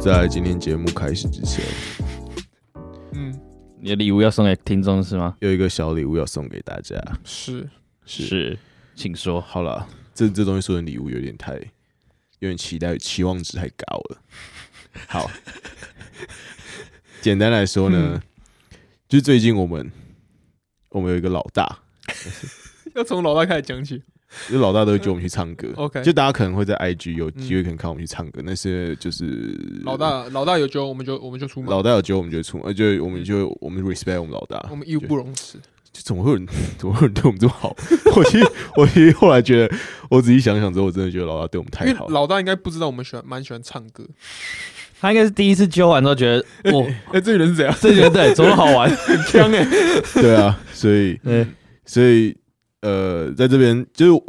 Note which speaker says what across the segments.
Speaker 1: 在今天节目开始之前，
Speaker 2: 嗯，
Speaker 3: 你的礼物要送给听众是吗？
Speaker 1: 有一个小礼物要送给大家。
Speaker 2: 是
Speaker 3: 是，请说。
Speaker 1: 好了，这这东西说成礼物有点太，有点期待期望值太高了。好，简单来说呢，
Speaker 2: 嗯
Speaker 1: 就最近我们我们有一个老大，
Speaker 2: 要从老大开始讲起。
Speaker 1: 就老大都会叫我们去唱歌。
Speaker 2: OK 嗯
Speaker 1: 就大家可能会在 IG 有机会可能看我们去唱歌，但是就是
Speaker 2: 老大，老大有救，我们就我们就出
Speaker 1: 嗯
Speaker 2: 门，
Speaker 1: 老大有觉得我们就出，呃，就我们就我们 respect 我们老大，
Speaker 2: 我们义不容辞。
Speaker 1: 就怎么会有人 怎么会有人对我们这么好？ 我其实我其实后来觉得，我仔细想想之后，我真的觉得老大对我们
Speaker 2: 因为
Speaker 1: 太好了。
Speaker 2: 老大应该不知道我们喜欢蛮喜欢唱歌，
Speaker 3: 他应该是第一次揪完之后觉得，哦，
Speaker 1: 哎、这人是怎样？
Speaker 3: 这觉 得对，怎么好玩？
Speaker 2: 香哎，
Speaker 1: 对啊，所以
Speaker 2: 嗯
Speaker 3: 对，
Speaker 1: 所以呃，在这边就是，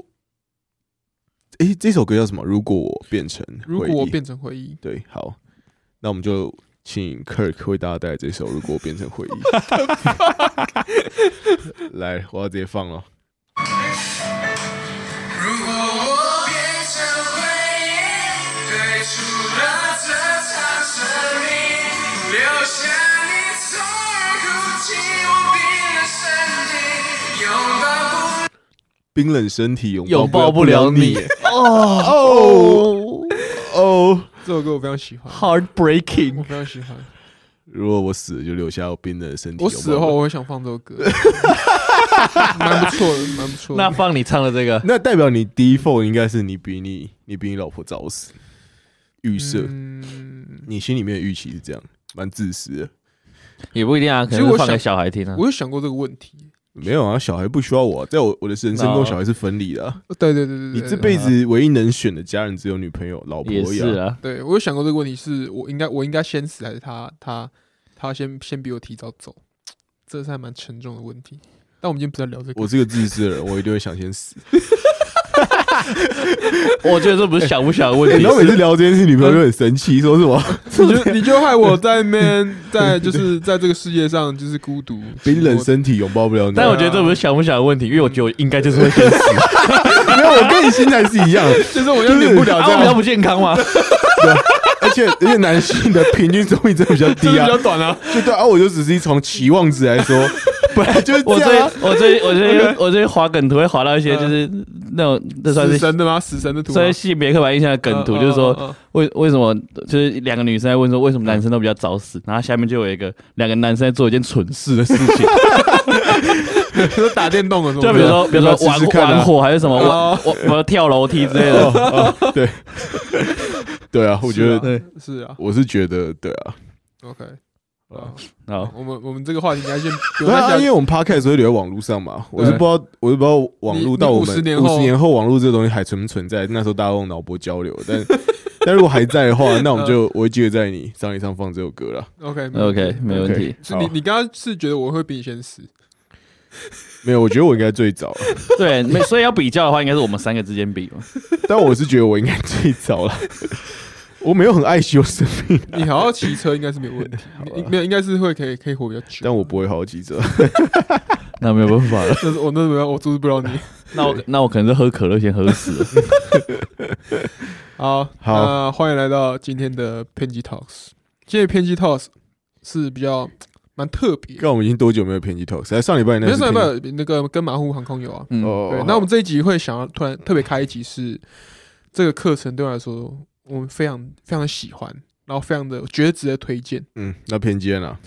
Speaker 1: 哎、这首歌叫什么？如果我变成回忆
Speaker 2: 如果我变成回忆，
Speaker 1: 对，好，那我们就请 Kirk 为大家带来这首《如果我变成回忆》。来，我要直接放了。
Speaker 4: 如果我变成回忆，退出了这场生命，留下你痛而哭泣，我冰冷身体，拥抱不。
Speaker 1: 冰冷身体拥
Speaker 3: 拥抱
Speaker 1: 不
Speaker 3: 不了
Speaker 1: 你
Speaker 3: 你。
Speaker 1: 哦哦哦！
Speaker 2: 这首歌我非常喜欢，我
Speaker 3: ，heartbreaking，
Speaker 2: 非常喜欢。
Speaker 1: 如果我死了，就留下我冰冷的身体。
Speaker 2: 我死
Speaker 1: 有没有
Speaker 2: 后我会想放这首歌，蛮不错的，蛮不错的。
Speaker 3: 那放你唱的这 个，
Speaker 1: 那代表你 default 应该是你比你你比你老婆早死。预设、
Speaker 2: 嗯，
Speaker 1: 你心里面的预期是这样，蛮自私的。
Speaker 3: 也不一定啊，可
Speaker 2: 其
Speaker 3: 能
Speaker 2: 实
Speaker 3: 是
Speaker 2: 我
Speaker 3: 放给
Speaker 2: 想
Speaker 3: 小孩听啊
Speaker 2: 我。有想过这个问题。
Speaker 1: 没有啊，小孩不需要我啊、在我我的人生中，
Speaker 3: 哦
Speaker 1: 小孩是分离的啊、
Speaker 2: 对对对对
Speaker 1: 你
Speaker 2: 对，
Speaker 1: 这辈子唯一能选的家人只有女朋友、老婆
Speaker 3: 也
Speaker 1: 而已、
Speaker 3: 是啊，
Speaker 2: 对我有想过这个问题，是我应该我应该先死，还是他他他先先比我提早走？这是还蛮沉重的问题。但我们今天不是要聊这个，
Speaker 1: 我是个自私的人，我一定会想先死。
Speaker 3: 我觉得这不是想不想的问
Speaker 1: 欸
Speaker 3: 题
Speaker 1: 然，后每次聊这件事，女朋友就很生气，说什么
Speaker 2: 你就你就害我在面在 就是在这个世界上就是孤独
Speaker 1: 冰冷，身体拥抱不了你。
Speaker 3: 但我觉得这不是想不想的问题，因为我觉得我应该就是会先死，
Speaker 1: 没有，我跟你心态是一样的。
Speaker 2: 寂寞就是我又领不了这
Speaker 3: 这样比较
Speaker 2: 样，
Speaker 3: 不健康嘛。
Speaker 1: 而且而且男性的平均寿命真的比较
Speaker 2: 这
Speaker 1: 低
Speaker 2: 比
Speaker 1: 啊，
Speaker 2: 较 短啊。
Speaker 1: 就对啊，我就只是从期望值来 说，本来就是
Speaker 3: 我
Speaker 1: 这
Speaker 3: 最
Speaker 1: 样、啊。
Speaker 3: 我最我最我最滑梗图会滑到一些就是那种这算
Speaker 2: 死
Speaker 3: 是。
Speaker 2: 神的吗？死神
Speaker 1: 啊
Speaker 2: 的图啊吗
Speaker 3: 所以性别刻板印象的梗图，就是说，
Speaker 2: 嗯嗯嗯嗯
Speaker 3: 为为什么就是两个女生在问说为什么男生都比较早死，然后下面就有一个两个男生在做一件蠢事的事 情，
Speaker 2: 嗯就是打电动的那种，
Speaker 3: 就比如
Speaker 1: 对
Speaker 3: 说
Speaker 1: 啊
Speaker 3: 比如
Speaker 1: 要
Speaker 3: 说
Speaker 1: 不要
Speaker 3: 玩
Speaker 1: 试试看啊
Speaker 3: 玩火还是什么
Speaker 2: 哦
Speaker 3: 玩我我跳楼梯之类的，
Speaker 1: 哦 哦对， 对啊，我觉得，
Speaker 3: 对
Speaker 2: 是啊
Speaker 1: 我是觉得，对啊，
Speaker 2: ，OK，
Speaker 1: 啊
Speaker 3: 好
Speaker 2: 我们我们这个话题应该先不
Speaker 1: 对
Speaker 2: 用再
Speaker 1: 啊，
Speaker 2: 讲
Speaker 1: 因为我们 podcast 会留在网络上嘛，我是
Speaker 2: 对
Speaker 1: 不知道，我是不知道网络到我们
Speaker 2: 你你50年
Speaker 1: 五
Speaker 2: 后啊
Speaker 1: 十年后网络这个东西还存不存在，那时候大家用脑波交流，但 但如果还在的话，那我们
Speaker 2: 嗯
Speaker 1: 就我会记得在你葬礼上放这首歌了。
Speaker 2: OK 没问题
Speaker 3: ，OK 没问题
Speaker 1: 嗯 OK，，
Speaker 2: 是
Speaker 1: 好
Speaker 2: 你你刚刚是觉得我会比你 先死？
Speaker 1: 没有，我觉得我应该最早，
Speaker 3: 对，没所以要比较的话，应该是我们三个之间比嘛，
Speaker 1: 但我是觉得我应该最早了。 我没有很爱惜我生命，
Speaker 2: 你好好骑车应该是没有 问题，
Speaker 1: 啊
Speaker 2: 你没有应该是会可以可以活比较久。
Speaker 1: 但我不会好好记着。
Speaker 3: 那没有办法了，
Speaker 2: 但是我那没有，我就是不知道你。
Speaker 3: 那我那我可能是喝可乐先喝死 了，
Speaker 2: 好，
Speaker 1: 好
Speaker 2: 那欢迎来到今天的偏激 Talks。今天的偏激 Talks 是比较蛮特别，
Speaker 1: 看我们已经多久没有偏激 talk？在上礼拜那
Speaker 2: 没
Speaker 1: 是
Speaker 2: 事，没
Speaker 1: 偏激
Speaker 2: 有那个跟马虎航空有啊。
Speaker 3: 嗯，
Speaker 1: 哦
Speaker 2: 对，，那我们这一集会想要突然特别开一集是这个课程对我来说，我们非常非常喜欢，然后非常的觉得值得推荐。
Speaker 1: 嗯，那偏见啊，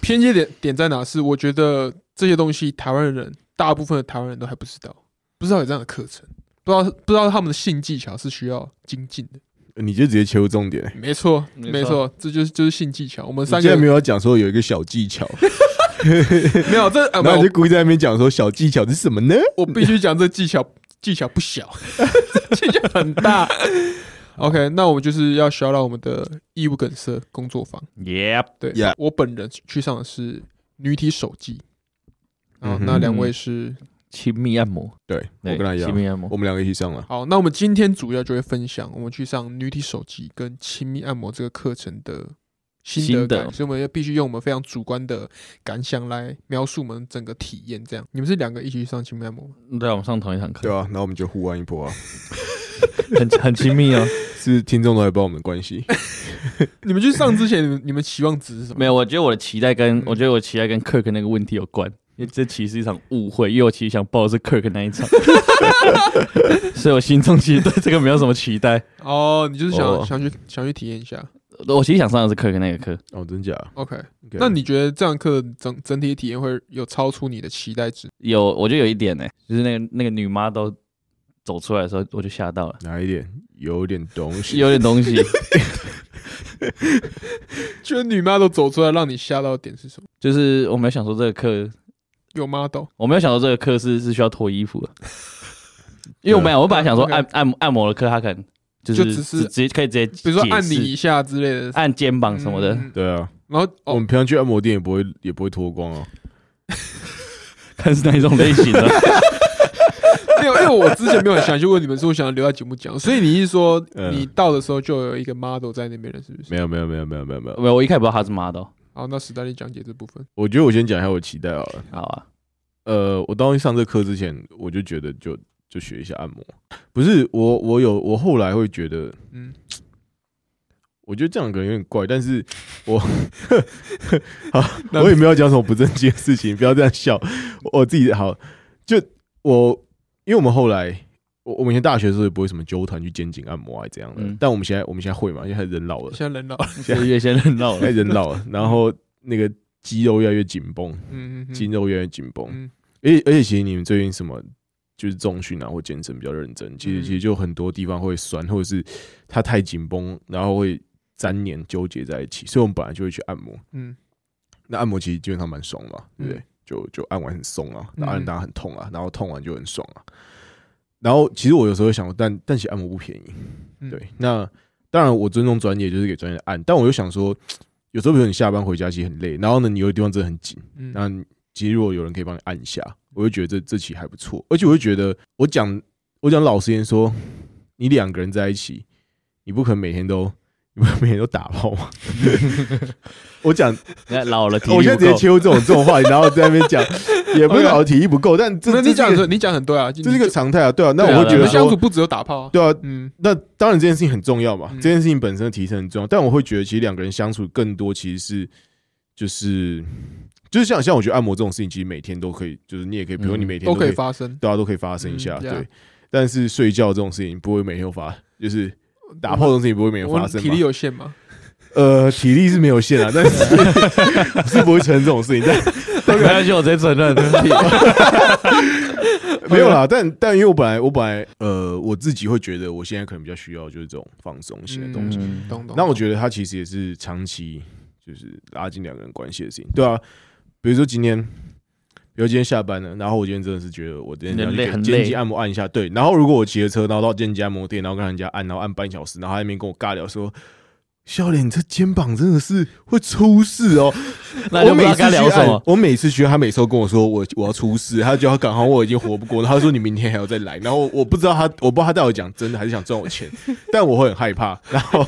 Speaker 2: 偏激点点在哪是？我觉得这些东西台湾人大部分的台湾人都还不知道，不知道有这样的课程，不知道不知道他们的性技巧是需要精进的。
Speaker 1: 你就直接切入重点、欸。
Speaker 2: 没错，
Speaker 3: 没
Speaker 2: 没
Speaker 3: 错
Speaker 2: 错，这就是就是性技巧。我们
Speaker 1: 你现
Speaker 2: 三
Speaker 1: 在
Speaker 2: 个
Speaker 1: 没有要讲说有一个小技巧，
Speaker 2: 没有这啊，
Speaker 1: 然
Speaker 2: 没有
Speaker 1: 后你就故意在那边讲说小技巧是什么呢？
Speaker 2: 我必须讲这技巧，技巧不小， 技巧 很大。OK，那我们就是要需要到我们的义务梗塞工作坊。
Speaker 3: 耶，
Speaker 2: 对
Speaker 1: Yeah
Speaker 2: 我本人去上的是女体手技，啊、
Speaker 1: 嗯哼
Speaker 2: 那两位是
Speaker 3: 亲密按摩，
Speaker 1: 对我
Speaker 3: 对
Speaker 1: 跟他一样
Speaker 3: 亲，密按摩
Speaker 1: 我，们两个一起上了。
Speaker 2: 好，那我们今天主要就会分享我们去上女体手技跟亲密按摩这个课程的心得
Speaker 3: 心得
Speaker 2: 感，所以我们要必须用我们非常主观的感想来描述我们整个体验。这样，你们是两个一起去上亲密按摩吗？
Speaker 3: 啊对，我们上同一堂课
Speaker 1: 对，啊，然后我们就互玩一波啊。
Speaker 3: 很很亲密哦。
Speaker 1: 是听众都还不知道我们的关 系。
Speaker 2: 你们去上之前，你们你们期望值是什 么？
Speaker 3: 没有，我觉得我的期
Speaker 2: 嗯
Speaker 3: 待跟我觉得我期待跟 Kirk 那个问题有关，因为这其实是一场误会，因为我其实想报的是 Kirk 那一场， 所以我心中其实对这个没有什么期待。
Speaker 2: 哦，你就是想
Speaker 1: 哦
Speaker 2: 想去想去体验一下。
Speaker 3: 我其实想上的是 Kirk 那个课，
Speaker 1: 哦，真假
Speaker 2: OK，
Speaker 1: ？OK？
Speaker 2: 那你觉得这堂课整整体体验会有超出你的期待值？
Speaker 3: 有我觉得有一点呢、就是那个那个女妈都走出来的时候，我就吓到了，
Speaker 1: 哪一点有点东西？
Speaker 3: 有点东西。
Speaker 2: 觉得女妈都走出来让你吓到的点是什么？
Speaker 3: 就是我没有想说这个课，
Speaker 2: 有 model
Speaker 3: 我没有想到这个课是是需要脱衣服的，因为我没有，我本来想说
Speaker 2: OK
Speaker 3: 按按摩按摩的课，他可能就是
Speaker 2: 啊就只是
Speaker 3: 直直接可以直接解释，
Speaker 2: 比如说按你一下之类的，
Speaker 3: 按肩膀什么的，
Speaker 2: 嗯
Speaker 1: 对啊，
Speaker 2: 然后
Speaker 1: 我
Speaker 2: 哦，
Speaker 1: 们平常去按摩店也不会也不会脱光啊。
Speaker 3: 看是哪一种类型的。
Speaker 2: 没有，因为我之前没有很详细问你们，是我想要留在节目讲，所以你是说
Speaker 1: 嗯
Speaker 2: 你到的时候就有一个 model 在那边了，是不是？
Speaker 1: 没有没有没有没有没有没有，
Speaker 3: 没有，我一开始不知道他是哦 model。
Speaker 2: 好，那史丹利讲解这部分，
Speaker 1: 我觉得我先讲一下我的期待好了。
Speaker 3: 好啊，
Speaker 1: 呃，我当时上这课之前，我就觉得就就学一下按摩，不是我我有我后来会觉得，
Speaker 2: 嗯，
Speaker 1: 我觉得这样可能有点怪，但是我 好，我也没有讲什么不正经的事情，不要这样笑。我自己好，就我因为我们后来，我我们以前大学的时候也不会什么纠团去肩颈按摩啊这样的，
Speaker 3: 嗯
Speaker 1: 但我们现在我们现在会嘛，现在人老了，
Speaker 2: 现在人老了，
Speaker 3: 就是啊越先认到
Speaker 1: 现 在
Speaker 3: 了。
Speaker 1: 人老了，然后那个肌肉越来越紧绷，
Speaker 2: 嗯嗯嗯，
Speaker 1: 肌肉越来越紧绷，
Speaker 2: 嗯
Speaker 1: 而且而且其实你们最近什么就是重训啊或健身比较认真，其实
Speaker 2: 嗯
Speaker 1: 其实就很多地方会酸，或者是它太紧绷，然后会粘黏纠结在一起，所以我们本来就会去按摩。
Speaker 2: 嗯
Speaker 1: 那按摩其实基本上蛮爽嘛，对不对？
Speaker 2: 嗯
Speaker 1: 就就按完很松啊，
Speaker 2: 嗯
Speaker 1: 然后按打很痛啊，然后痛完就很爽啊。然后其实我有时候会想过，但但其实按摩不便宜，
Speaker 2: 嗯
Speaker 1: 对。那当然我尊重专业，就是给专业按，但我又想说，有时候比如你下班回家其实很累，然后呢你有的地方真的很紧，
Speaker 2: 嗯
Speaker 1: 那其实如果有人可以帮你按一下，我就觉得这这期还不错，而且我会觉得我讲我讲老实言说，你两个人在一起，你不可能每天都你不可能每天都打炮 嘛。我讲，
Speaker 3: 人家哎老了，体
Speaker 1: 我
Speaker 3: 力
Speaker 1: 现在
Speaker 3: 不
Speaker 1: 直接
Speaker 3: 够
Speaker 1: 切。入这种这种话题，然后在那边讲，也不是
Speaker 2: OK
Speaker 1: 老体力不够，但这
Speaker 2: 那你
Speaker 1: 这
Speaker 2: 讲
Speaker 1: 是一
Speaker 2: 的
Speaker 1: 个
Speaker 2: 你讲很对啊，
Speaker 1: 这是一个
Speaker 2: 你
Speaker 1: 常态啊，对啊。那
Speaker 3: 对啊
Speaker 1: 我会
Speaker 3: 对
Speaker 1: 觉
Speaker 3: 啊
Speaker 2: 你
Speaker 1: 得
Speaker 2: 们相处
Speaker 1: 说，
Speaker 2: 不只有打炮啊，
Speaker 1: 对啊，
Speaker 2: 嗯
Speaker 1: 那当然这件事情很重要嘛，
Speaker 2: 嗯
Speaker 1: 这件事情本身的提升很重要，但我会觉得其实两个人相处更多其实是就是就是像像我觉得按摩这种事情，其实每天都可以，就是你也可以，比如
Speaker 3: 嗯
Speaker 1: 你每天
Speaker 2: 都可
Speaker 1: 可
Speaker 2: 以
Speaker 1: 以，
Speaker 2: 发生。
Speaker 1: 大家都可以发生一下，
Speaker 2: 嗯
Speaker 1: 对
Speaker 2: yeah。
Speaker 1: 但是睡觉这种事情不会每天都发，就是打炮这种事情不会每天
Speaker 2: 我
Speaker 1: 发
Speaker 2: 们
Speaker 1: 生
Speaker 2: 体
Speaker 1: 嘛
Speaker 2: 力。有 限嘛，
Speaker 1: 呃，体力是没有限啊，但是是不会承认这种事情，但
Speaker 3: 没关 系，我直接承认。
Speaker 1: 没有啦，但但因为我本来我本来呃我自己会觉得我现在可能比较需要就是这种放松型的东西，
Speaker 3: 嗯
Speaker 2: 懂懂。
Speaker 1: 那我觉得它其实也是长期就是拉近两个人关系的事情，对啊，比如说今天，比如今天下班了，然后我今天真的是觉得我今天
Speaker 3: 很累很
Speaker 1: 肩
Speaker 3: 累
Speaker 1: 颈按摩按一下，对，然后如果我骑着车，然后到肩颈按摩店，然后跟人家按，然后按半小时，然后他在那边跟我尬聊说。笑脸，你这肩膀真的是会出事哦！
Speaker 3: 那就
Speaker 1: 我
Speaker 3: 不知
Speaker 1: 每
Speaker 3: 道
Speaker 1: 次去
Speaker 3: 该聊什么
Speaker 1: 按。我每次去，他每次都跟我说我我要出事，他就要赶好我已经活不过了。他说你明天还要再来，然后我不知道他，我不知道他到底讲真的还是想赚我钱，但我会很害怕。然后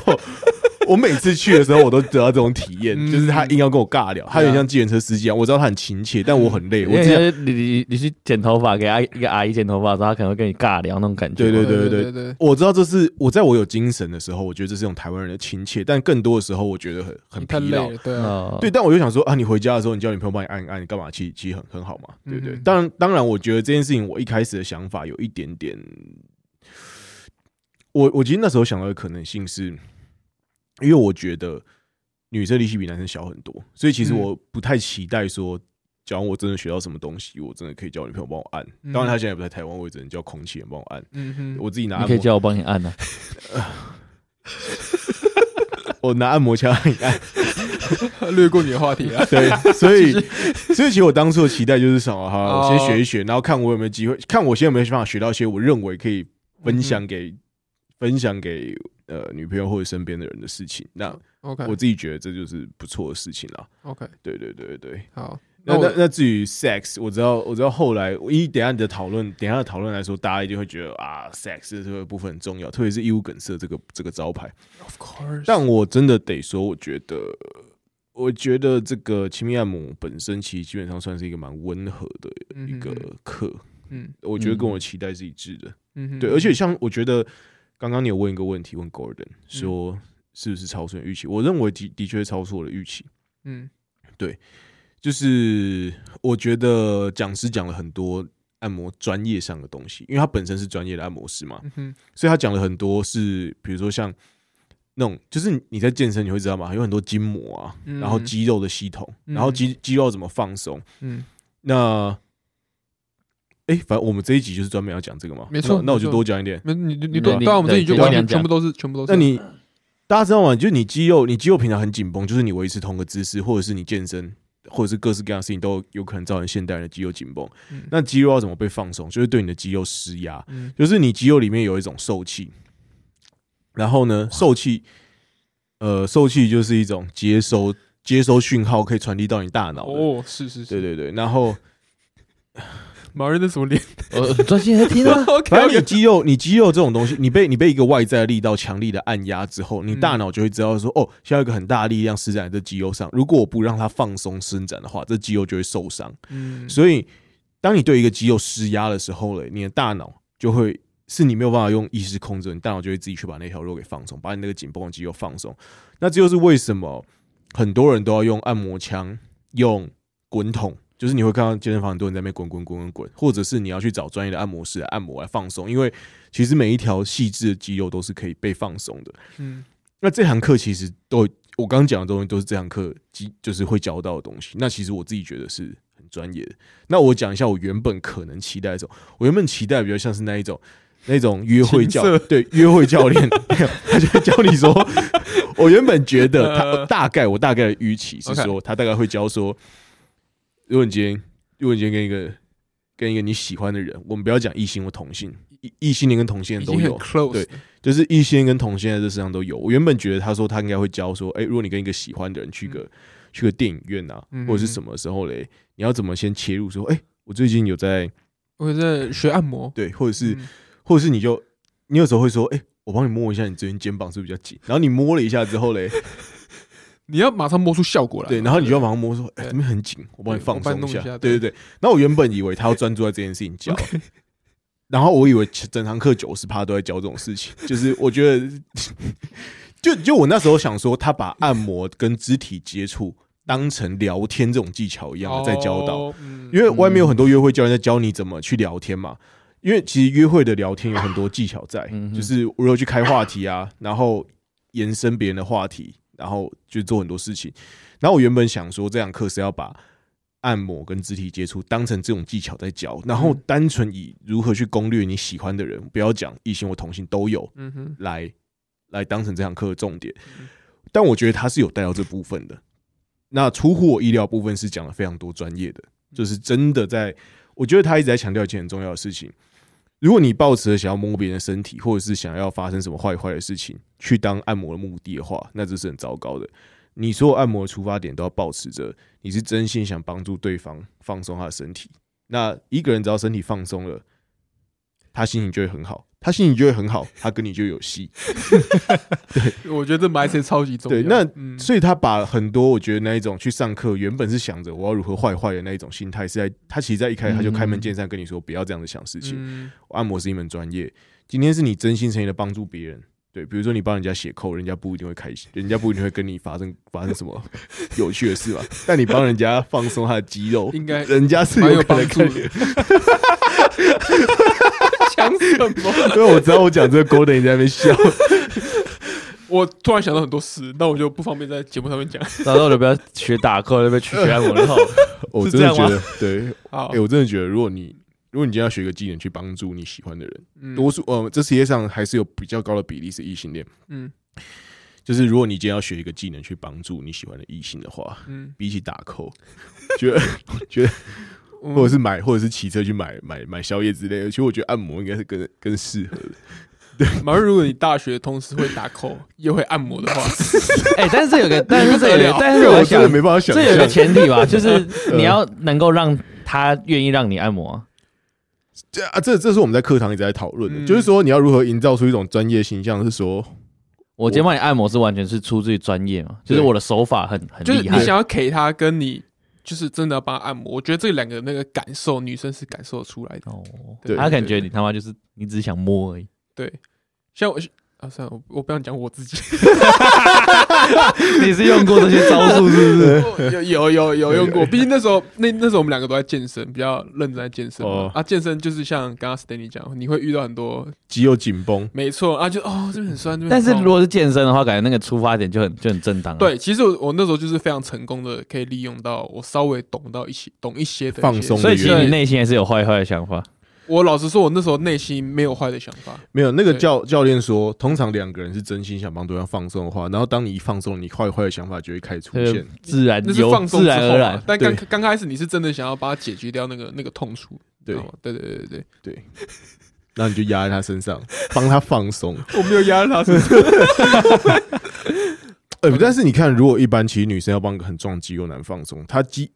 Speaker 1: 我每次去的时候，我都得到这种体验，
Speaker 2: 嗯
Speaker 1: 就是他硬要跟我尬聊，他有点像计程车司机一样。我知道他很亲切，但我很累。我
Speaker 3: 因
Speaker 1: 知道
Speaker 3: 为你你你去剪头发，给阿一个阿姨剪头发的时候，她可能会跟你尬聊那种感觉。
Speaker 1: 对对
Speaker 2: 对
Speaker 1: 对
Speaker 2: 对
Speaker 1: 对
Speaker 2: 对，
Speaker 1: 我知道这是我在我有精神的时候，我觉得这是一种台湾人的亲切，但更多的时候，我觉得很
Speaker 2: 你
Speaker 1: 很
Speaker 2: 太
Speaker 1: 疲劳
Speaker 2: 累。了，对啊，
Speaker 3: 哦，
Speaker 1: 对，但我就想说啊，你回家的时候，你叫你朋友帮你按一按，你干嘛？其实其实很很好嘛，对不对？
Speaker 2: 嗯
Speaker 1: 当然，当然，我觉得这件事情，我一开始的想法有一点点，我我其实那时候想到的可能性是，因为我觉得女生力气比男生小很多，所以其实
Speaker 2: 嗯
Speaker 1: 我不太期待说。假如我真的学到什么东西，我真的可以叫女朋友帮我按。当然，她现在也不在台湾，我也只能叫空气人帮我按。
Speaker 2: 嗯哼，
Speaker 1: 我自己拿
Speaker 3: 你
Speaker 1: 按
Speaker 3: 可以
Speaker 1: 摩，
Speaker 3: 叫我帮你按啊。
Speaker 1: 我拿按摩枪按一按。
Speaker 2: 略过你的话题 了。
Speaker 1: 对，所以所以其实我当初的期待就是什么哈，我
Speaker 2: 哦
Speaker 1: 先学一学，然后看我有没有机会，看我现在有没有办法学到一些我认为可以分享给、
Speaker 2: 嗯
Speaker 1: 分享给呃女朋友或者身边的人的事情。那
Speaker 2: OK
Speaker 1: 我自己觉得这就是不错的事情啦。
Speaker 2: OK，
Speaker 1: 对对对对对。
Speaker 2: 好，
Speaker 1: 那
Speaker 2: 那
Speaker 1: 那
Speaker 2: 我
Speaker 1: 那至于 sex，我知道我知道后来，一等一下你的讨论，等一下的讨论来说，大家一定会觉得啊，sex 这个部分很重要，特别是义务梗塞这个这个招牌。
Speaker 2: Of course，
Speaker 1: 但我真的得说，我觉得，我觉得这个亲密按摩本身其实基本上算是一个蛮温和的一个课，
Speaker 2: 嗯
Speaker 1: 我觉得跟我期待是一致的。
Speaker 2: 嗯哼，嗯
Speaker 1: 对，而且像我觉得刚刚你有问一个问题，问 Gordon 说是不是超出你预期？我认为的的确超出我的预期。
Speaker 2: 嗯
Speaker 1: 就是我觉得讲师讲了很多按摩专业上的东西，因为他本身是专业的按摩师嘛，
Speaker 2: 嗯哼，
Speaker 1: 所以他讲了很多是，比如说像那种，就是你你在健身你会知道嘛，有很多筋膜啊，
Speaker 2: 嗯
Speaker 1: 然后肌肉的系统，
Speaker 2: 嗯
Speaker 1: 然后肌肌肉怎么放松。
Speaker 2: 嗯，
Speaker 1: 那，哎、反正我们这一集就是专门要讲这个嘛，
Speaker 2: 没错
Speaker 1: 那那我
Speaker 2: 没
Speaker 1: 就
Speaker 2: 错
Speaker 1: 多讲一点。
Speaker 2: 没你你你
Speaker 3: 对
Speaker 2: 都
Speaker 3: 你
Speaker 2: 到我们这里就
Speaker 3: 对
Speaker 2: 完全
Speaker 3: 对
Speaker 2: 全部都是全部都是。
Speaker 1: 那你大家知道吗？就是你肌肉，你肌肉平常很紧绷，就是你维持同个姿势，或者是你健身，或者是各式各样的事情，都有可能造成现代人的肌肉紧绷。
Speaker 2: 嗯
Speaker 1: 那肌肉要怎么被放松？就是对你的肌肉施压，
Speaker 2: 嗯
Speaker 1: 就是你肌肉里面有一种受气，然后呢，受气，呃，受气就是一种接收接收讯号，可以传递到你大脑的。
Speaker 2: 哦，是是
Speaker 1: 对
Speaker 2: 是，
Speaker 1: 对对，然后
Speaker 2: 马瑞的什么脸。
Speaker 3: 我专心在听 啊
Speaker 2: ？OK，
Speaker 1: 反正你肌肉，你肌肉这种东西，你被你被一个外在的力道强力的按压之后，你大脑就会知道说，哦，现在有一个很大的力量施展在这肌肉上，如果我不让它放松伸展的话，这肌肉就会受伤。
Speaker 2: 嗯
Speaker 1: 所以，当你对一个肌肉施压的时候呢，你的大脑就会是你没有办法用意识控制的，你大脑就会自己去把那条肉给放松，把你那个紧绷的肌肉放松。那这就是为什么很多人都要用按摩枪、用滚筒，就是你会看到健身房很多人在那边滚滚滚滚滚，或者是你要去找专业的按摩师来按摩来放松，因为其实每一条细致的肌肉都是可以被放松的。
Speaker 2: 嗯
Speaker 1: 那这堂课其实都我刚刚讲的东西都是这堂课基就是会教到的东西。那其实我自己觉得是很专业的。那我讲一下我原本可能期待的时候，我原本期待比较像是那一种。那种约会教
Speaker 2: 情色
Speaker 1: 对约会教 练，没有他就会教你说，我原本觉得他我大概我大概的预期是
Speaker 2: 嗯 OK
Speaker 1: 说，他大概会教说，如果你今天如果你今天跟一个跟一个你喜欢的人，我们不要讲异性或同性，异异性恋跟同性
Speaker 2: 已
Speaker 1: 恋
Speaker 2: 经
Speaker 1: 都
Speaker 2: 很
Speaker 1: 有，
Speaker 2: close，
Speaker 1: 对就是异性恋跟同性恋在这世上都有。我原本觉得他说他应该会教说，哎、如果你跟一个喜欢的人去个、去个电影院啊，
Speaker 2: 嗯
Speaker 1: 或者是什么时候嘞，你要怎么先切入说，哎、我最近有在
Speaker 2: 我在学按摩，
Speaker 1: 对，或者是、
Speaker 2: 嗯
Speaker 1: 或者是你就你有时候会说，哎、我帮你摸一下你这边肩膀是不是比较紧，然后你摸了一下之后嘞，
Speaker 2: 你要马上摸出效果来。
Speaker 1: 对，然后你就要马上摸说，哎、
Speaker 2: 对
Speaker 1: 这边很紧，我帮你
Speaker 2: 对
Speaker 1: 放
Speaker 2: 我帮
Speaker 1: 松一
Speaker 2: 你弄一
Speaker 1: 下。
Speaker 2: 下
Speaker 1: 对对
Speaker 2: 啊对
Speaker 1: 对。然后我原本以为他要专注在这件事情教
Speaker 2: OK
Speaker 1: 然后我以为整堂课九十趴都在教这种事情， 就是我觉得，就就我那时候想说，他把按摩跟肢体接触当成聊天这种技巧一样的在教导，
Speaker 2: 哦，嗯
Speaker 1: 因为外面有很多约会教练在教你怎么去聊天嘛。因为其实约会的聊天有很多技巧在，
Speaker 3: 嗯哼
Speaker 1: 就是我有去开话题啊，然后延伸别人的话题，然后就做很多事情。然后我原本想说，这堂课是要把按摩跟肢体接触当成这种技巧在教，然后
Speaker 3: 嗯
Speaker 1: 单纯以如何去攻略你喜欢的人，不要讲异性或同性都有，
Speaker 2: 嗯哼，
Speaker 1: 来来当成这堂课的重点
Speaker 2: 嗯。
Speaker 1: 但我觉得他是有带到这部分的。那出乎我意料的部分是讲了非常多专业的，就是真的在，我觉得他一直在强调一件很重要的事情。如果你抱持着想要摸别人的身体，或者是想要发生什么坏坏的事情去当按摩的目的的话，那这是很糟糕的。你所有按摩的出发点都要保持着你是真心想帮助对方放松他的身体。那一个人只要身体放松了，他心情就会很好，他心情就会很好，他跟你就有戏。
Speaker 2: 我觉得这埋谁超级重要。
Speaker 1: 对，那、
Speaker 2: 嗯
Speaker 1: 所以他把很多我觉得那一种去上课原本是想着我要如何坏坏的那一种心态，是在他其实在一开始他就开门见山跟你说不要这样子想事情。
Speaker 2: 嗯
Speaker 1: 按摩是一门专业，今天是你真心诚意的帮助别人。对，比如说你帮人家写扣，人家不一定会 开心，人家不一定会跟你发生发生什么有趣的事吧？但你帮人家放松他的肌肉，
Speaker 2: 应该
Speaker 1: 人家是
Speaker 2: 蛮有
Speaker 1: 有可
Speaker 2: 帮
Speaker 1: 能
Speaker 2: 助
Speaker 1: 开
Speaker 2: 的。 讲什么？
Speaker 1: 因为我知道我讲这个 g o l d e 在那边笑，
Speaker 2: 我突然想到很多事，那我就不方便在节目上面讲。
Speaker 3: 到时候你不要学打 call，那边去学按摩 就好了。
Speaker 1: 我
Speaker 3: 是
Speaker 1: 真的
Speaker 3: 这样
Speaker 1: 觉
Speaker 3: 吗
Speaker 1: 得，对，
Speaker 2: 好
Speaker 1: 哎、，我真的觉得，如果你如果你今天要学一个技能去帮助你喜欢的人，
Speaker 2: 嗯
Speaker 1: 多数呃，这世界上还是有比较高的比例是异性恋。
Speaker 2: 嗯
Speaker 1: 就是如果你今天要学一个技能去帮助你喜欢的异性的话，
Speaker 2: 嗯，
Speaker 1: 比起打扣，觉得觉得
Speaker 2: 我
Speaker 1: 或者是买或者是骑车去买买买宵夜之类的，其实我觉得按摩应该是更更适合的。
Speaker 2: 马瑞，如果你大学同时会打扣又会按摩的话，
Speaker 3: 哎，但是这有 个，但是这有个，但是
Speaker 1: 我
Speaker 3: 我
Speaker 1: 真
Speaker 3: 想嗯
Speaker 1: 的，没办法想
Speaker 3: 这有个
Speaker 1: 象，
Speaker 3: 前提吧， 就是你要能够让他愿意让你按摩啊。
Speaker 1: 这啊这这是我们在课堂一直在讨论的，
Speaker 2: 嗯
Speaker 1: 就是说你要如何营造出一种专业形象，是说
Speaker 3: 我今天帮你按摩是完全是出自于专业嘛，就
Speaker 1: 对
Speaker 3: 是我的手法很很
Speaker 2: 就是
Speaker 3: 厉
Speaker 2: 你
Speaker 3: 害
Speaker 2: 想。要给他跟你就是真的要帮他按摩，我觉得这两个那个感受，女生是感受得出来的。
Speaker 3: 哦
Speaker 1: 对，
Speaker 3: 他可能
Speaker 2: 对
Speaker 3: 觉得你他妈就是你只是想摸而已。
Speaker 2: 对，像我啊，算了，我我不想讲我自己，
Speaker 3: 你是用过这些招数是不是？
Speaker 2: 我哦有有有有用 过，毕竟那时候那那时候我们两个都在健身，比较认真在健身嘛
Speaker 1: 哦
Speaker 2: 啊，健身就是像刚刚 Stanley 讲，你会遇到很多，
Speaker 1: 肌肉紧绷，
Speaker 2: 没错啊，就哦这边很酸，这边
Speaker 3: 但
Speaker 2: 很
Speaker 3: 是
Speaker 2: 痛
Speaker 3: 如果是健身的话，感觉那个出发点就很就很正当、啊。，
Speaker 2: 对，其实我我那时候就是非常成功的，可以利用到我稍微懂到一些懂一些的一些
Speaker 1: 放松
Speaker 3: 所以其实
Speaker 2: 对
Speaker 3: 你内心还是有坏坏的想法。
Speaker 2: 我老实说，我那时候内心没有坏的想法，
Speaker 1: 没有那个
Speaker 2: 对
Speaker 1: 教教练说，通常两个人是真心想帮对方放松的话，然后当你一放松，你坏坏的想法就会开始出
Speaker 3: 这
Speaker 1: 现
Speaker 3: 个。自然
Speaker 2: 那是
Speaker 3: 由
Speaker 2: 放松
Speaker 3: 自
Speaker 2: 之
Speaker 3: 然
Speaker 2: 后啊
Speaker 3: 而
Speaker 2: 嘛
Speaker 3: 然。。
Speaker 2: 但刚
Speaker 1: 对
Speaker 2: 刚开始你是真的想要把它解决掉那个那个痛处，
Speaker 1: 对
Speaker 2: 知道吗对对对对
Speaker 1: 然后你就压在他身上，帮他放松。
Speaker 2: 对，我没有压他身上，
Speaker 1: 呃，但是你看，如果一般其实女生要帮个很壮的肌肉男放松，她肌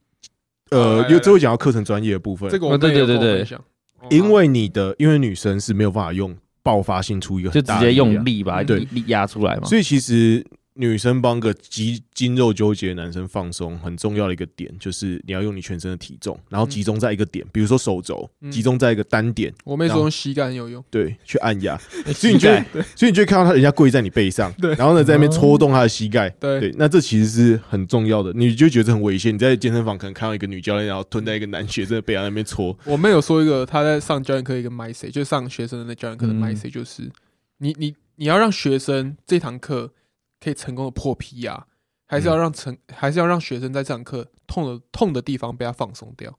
Speaker 2: 哦来
Speaker 1: 呃，
Speaker 2: 来
Speaker 1: 因为这会讲到课程专业的部分，
Speaker 2: 这个我
Speaker 3: 哦对
Speaker 2: 妹有跟
Speaker 3: 对
Speaker 2: 我
Speaker 3: 对对
Speaker 2: 分享，哦
Speaker 1: 因为你的因为女生是没有办法用爆发性出一个
Speaker 3: 就
Speaker 1: 很
Speaker 3: 直
Speaker 1: 大的
Speaker 3: 接
Speaker 1: 力
Speaker 3: 用
Speaker 1: 量，
Speaker 3: 力把
Speaker 1: 对
Speaker 3: 力力压出来嘛。
Speaker 1: 所以其实女生帮个肌筋肉纠结的男生放松，很重要的一个点就是你要用你全身的体重，然后集中在一个点，比如说手肘，
Speaker 2: 嗯
Speaker 1: 集中在一个单点，
Speaker 2: 我妹说用膝盖很有用，
Speaker 1: 对，去按压。所
Speaker 3: 膝
Speaker 1: 以你就
Speaker 3: 盖
Speaker 1: 会所以你就会看到他人家跪在你背上，
Speaker 2: 嗯 对嗯
Speaker 1: 然后呢在那边戳动他的膝盖，
Speaker 2: 对
Speaker 1: 对，那这其实是很重要的，你就觉得这很危险。你在健身房可能看到一个女教练，然后蹲在一个男学生的背上那边戳，
Speaker 2: 我妹有说一个，她在上教练课一个 my say，就是上学生的那教练课的
Speaker 3: 嗯
Speaker 2: my say，就是、你你你要让学生这堂课可以成功的破 P 啊，还
Speaker 3: 嗯
Speaker 2: 是要让成、还是要让学生在这堂课痛的痛的地方被他放松掉。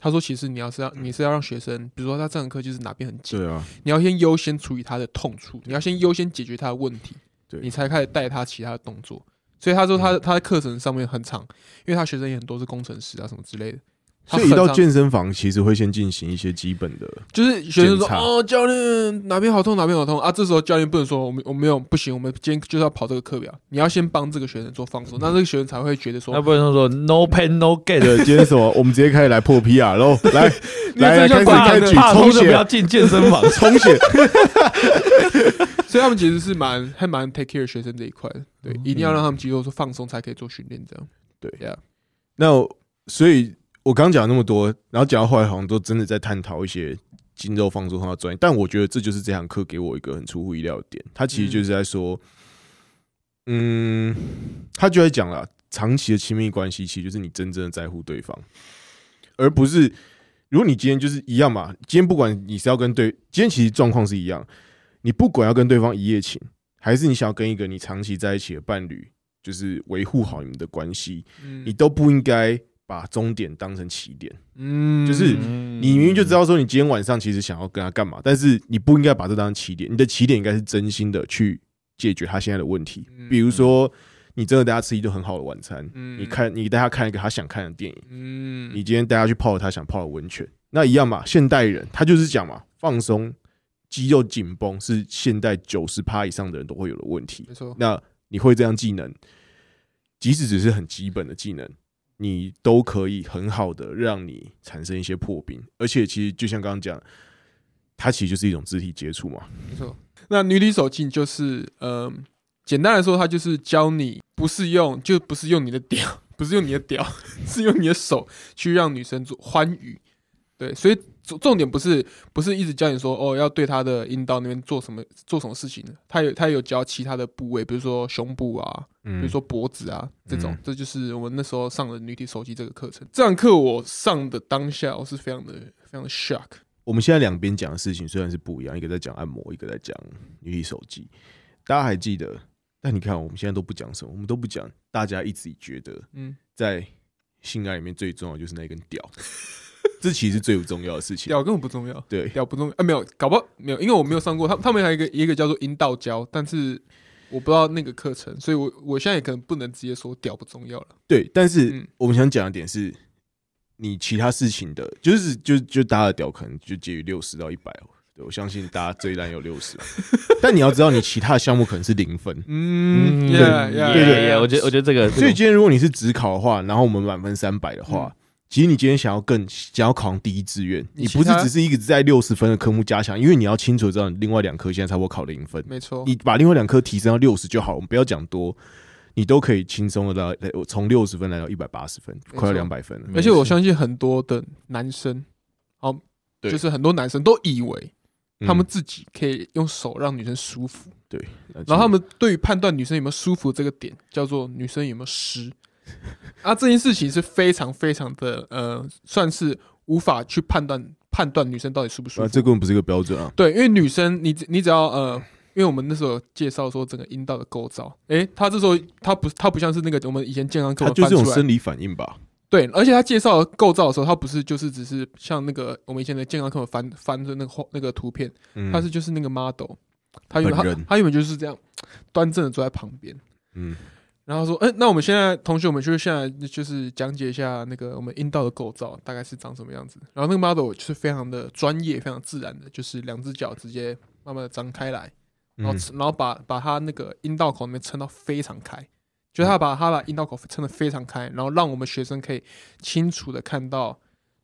Speaker 2: 他说：“其实你要是要你是要让学生，比如说他这堂课就是哪边很紧，
Speaker 1: 对啊，
Speaker 2: 你要先优先处理他的痛处，你要先优先解决他的问题，
Speaker 1: 对嗯
Speaker 2: 你才开始带他其他的动作。所以他说他、他在课程上面很长，因为他学生也很多是工程师啊什么之类的，他
Speaker 1: 所以一
Speaker 2: 很
Speaker 1: 到
Speaker 2: 常
Speaker 1: 健身房其实会先进行一些基本的，
Speaker 2: 就是学生
Speaker 1: 检
Speaker 2: 说
Speaker 1: 查
Speaker 2: 哦，教练哪边好痛哪边好痛啊，这时候教练不能说我们我没有不行，我们今天就是要跑这个课表，你要先帮这个学生做放松，那这个学生才会觉得说
Speaker 3: 那，不能说 no pain no gain
Speaker 1: 对，今天什么，我们直接开始来破 PR 喽，来来来开
Speaker 2: 你这
Speaker 1: 始
Speaker 2: 就挂
Speaker 1: 开始举
Speaker 3: 怕
Speaker 1: 充
Speaker 3: 痛就不要
Speaker 1: 血，
Speaker 3: 进健身 房。
Speaker 1: 充血，
Speaker 2: 所以他们其实是蛮 还蛮 take care 学生这一块的，对，
Speaker 1: 哦
Speaker 2: 一定要让他们肌肉说放松才可以做训练，这样
Speaker 1: 对
Speaker 2: 呀，
Speaker 1: 那我所以，我刚讲那么多，然后讲到后来，好像都真的在探讨一些筋肉放松上的专业。但我觉得这就是这堂课给我一个很出乎意料的点。他其实就是在说，嗯，他就在讲了，长期的亲密关系其实就是你真正的在乎对方，而不是如果你今天就是一样嘛，今天不管你是要跟对，今天其实状况是一样，你不管要跟对方一夜情，还是你想要跟一个你长期在一起的伴侣，就是维护好你们的关系，你
Speaker 2: 嗯
Speaker 1: 都不应该把终点当成起点。
Speaker 2: 嗯
Speaker 1: 就是你
Speaker 3: 你
Speaker 1: 明明就知道说你今天晚上其实想要跟他干嘛，但是你不应该把这当成起点。你的起点应该是真心的去解决他现在的问题，
Speaker 2: 嗯
Speaker 1: 比如说你真的带他吃一顿很好的晚餐，
Speaker 2: 嗯
Speaker 1: 你看你带他看一个他想看的电影，
Speaker 2: 嗯
Speaker 1: 你今天带他去泡了他想泡的温泉，那一样嘛。现代人他就是讲嘛，放松、肌肉紧绷是现代九十趴以上的人都会有的问题。
Speaker 2: 没错，
Speaker 1: 那你会这样技能，即使只是很基本的技能，你都可以很好的让你产生一些破冰。而且其实就像刚刚讲，它其实就是一种肢体接触嘛。
Speaker 2: 没错。那女体手劲就是，嗯、简单来说，它就是教你不是用，就不是用你的屌， 不是用你的屌，是用你的手去让女生做欢愉。对，所以重重点不是不是一直教你说哦，要对她的阴道那边做什么做什么事情的，他有他有教其他的部位，比如说胸部啊，比
Speaker 1: 嗯
Speaker 2: 如说脖子啊这种
Speaker 1: 嗯，
Speaker 2: 这就是我们那时候上的女体手机这个课程。这堂课我上的当下，我是非常的非常的 shock。
Speaker 1: 我们现在两边讲的事情虽然是不一样，一个在讲按摩，一个在讲女体手机，大家还记得？但你看，我们现在都不讲什么，我们都不讲。大家一直觉得
Speaker 2: 嗯，
Speaker 1: 在性爱里面最重要的就是那根屌， 这其实是最不重要的事情。
Speaker 2: 屌根本不重要。
Speaker 1: 对，
Speaker 2: 屌不重要，啊，没有，搞不好没有，因为我没有上过，他他们还有一个一个叫做阴道教，但是我不知道那个课程，所以我我现在也可能不能直接说屌不重要了。
Speaker 1: 对，但是
Speaker 2: 嗯
Speaker 1: 我们想讲的点是，你其他事情的，就是就就大家的屌可能就介于六十到一百，哦对我相信大家最烂有六十， 但你要知道你其他的项目可能是零 分。
Speaker 2: 嗯，
Speaker 1: 对
Speaker 2: 呀
Speaker 1: 对
Speaker 2: 呀，
Speaker 1: 对对
Speaker 3: 耶耶，我觉得我觉得这个
Speaker 1: 所以今天如果你是只考的话，然后我们满分三百的话，其实你今天想要更想要考上第一志愿，
Speaker 2: 嗯你
Speaker 1: 你不是
Speaker 2: 其他
Speaker 1: 只是一个在六十分的科目加强，因为你要清楚知道你另外两科现在差不多考零分，
Speaker 2: 没错，
Speaker 1: 你把另外两科提升到六十就好，我们不要讲多，你都可以轻松的来从六十分来到一百八十分，
Speaker 2: 错
Speaker 1: 快要两百分了。
Speaker 2: 而且我相信很多的男生，哦，
Speaker 1: 对嗯
Speaker 2: 就是很多男生都以为他们自己可以用手让女生舒服，
Speaker 1: 然
Speaker 2: 然后他们对于判断女生有没有舒服这个点，叫做女生有没有湿。啊，这件事情是非常非常的呃，算是无法去判断判断女生到底舒不舒
Speaker 1: 啊，
Speaker 2: 服。
Speaker 1: 这根本不是一个标准啊。
Speaker 2: 对，因为女生你只你只要呃，因为我们那时候有介绍说整个阴道的构造，诶，它这时候它不它不像是那个我们以前健康课
Speaker 1: 它
Speaker 2: 本
Speaker 1: 就是
Speaker 2: 翻
Speaker 1: 一种
Speaker 2: 出来的
Speaker 1: 生理反应吧？
Speaker 2: 对，而且他介绍构造的时候，他不是就是只是像那个我们以前的健康课本翻翻的那个画那个图片，
Speaker 1: 嗯，
Speaker 2: 他是就是那个 model，他原本
Speaker 1: 本
Speaker 2: 他
Speaker 1: 人
Speaker 2: 他原本就是这样端正的坐在旁边，
Speaker 1: 嗯，
Speaker 2: 然后说，哎、那我们现在同学，我们就是现在就是讲解一下那个我们阴道的构造大概是长什么样子。然后那个 model 就是非常的专业，非常自然的，就是两只脚直接慢慢的张开来，然后、
Speaker 1: 嗯
Speaker 2: 然后把把他那个阴道口里面撑到非常开，就是他把他把阴道口撑得非常开，然后让我们学生可以清楚的看到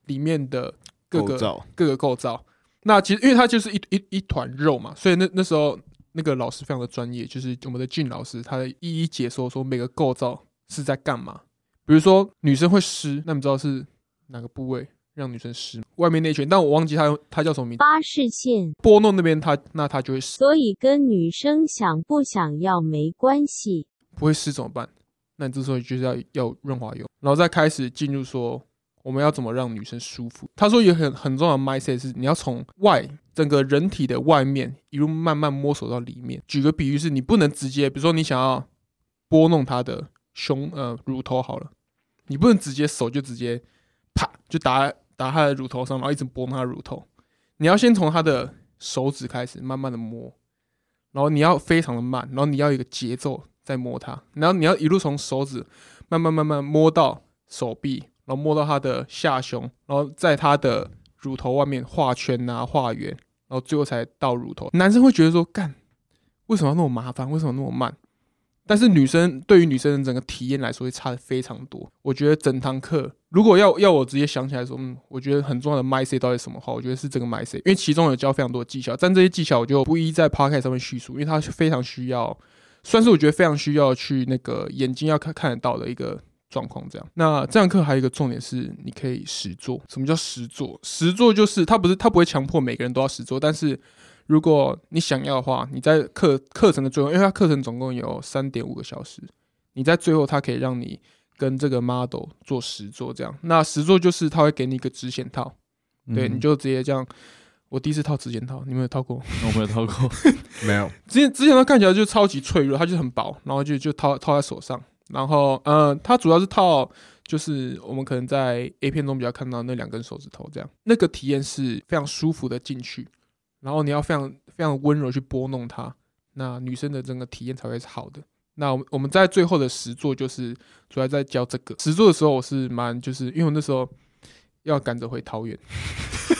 Speaker 2: 里面的各
Speaker 1: 构
Speaker 2: 个
Speaker 1: 造
Speaker 2: 各个构造。那其实因为它就是一一一团肉嘛，所以那那时候那个老师非常的专业，就是我们的靳老师，他一一解说说每个构造是在干嘛。比如说女生会湿，那你知道是哪个部位让女生湿吗？外面那一圈，但我忘记他他叫什么名字。
Speaker 5: 发视线，
Speaker 2: 波弄那边他那他就会湿，
Speaker 5: 所以跟女生想不想要没关系。
Speaker 2: 不会湿怎么办？那你这时候就是要要润滑油，然后再开始进入说我们要怎么让女生舒服。他说有很很重要的 mindset 是你要从外整个人体的外面一路慢慢摸索到里面。举个比喻是，你不能直接，比如说你想要拨弄她的胸呃乳头好了，你不能直接手就直接啪就打打她的乳头上，然后一直拨弄她的乳头。你要先从她的手指开始慢慢的摸，然后你要非常的慢，然后你要有一个节奏在摸它，然后你要一路从手指慢慢慢慢摸到手臂，然后摸到她的下胸，然后在她的乳头外面画圈啊画圆，然后最后才到乳头。男生会觉得说，干，为什么要那么麻烦？为什么那么慢？但是女生对于女生的整个体验来说，会差的非常多。我觉得整堂课，如果要要我直接想起来说，嗯，我觉得很重要的 mindset 到底是什么话，我觉得是这个 mindset，因为其中有教非常多的技巧，但这些技巧我就不一一在嗯 p o c a s t 上面叙述，因为它非常需要，算是我觉得非常需要去那个眼睛要看看得到的一个状况这样。那这堂课还有一个重点是，你可以实做。什么叫实做？实做就是他不是他不会强迫每个人都要实做，但是如果你想要的话，你在课课程的最后，因为他课程总共有三点五个小时，你在最后它可以让你跟这个 model 做实做这样。那实做就是他会给你一个直线套，
Speaker 3: 嗯
Speaker 2: 对，你就直接这样。我第一次套直线套，你们有套过吗？
Speaker 3: 我没有套过，
Speaker 1: 没有，
Speaker 2: 之前之前它看起来就超级脆弱，它就是很薄，然后就就套套在手上，然后呃，它主要是套就是我们可能在 A 片中比较看到那两根手指头这样，那个体验是非常舒服的进去，然后你要非常非常温柔去拨弄它，那女生的整个体验才会是好的。那我们我们在最后的实作就是主要在教这个实作的时候，我是蛮就是因为我那时候要赶着回桃园。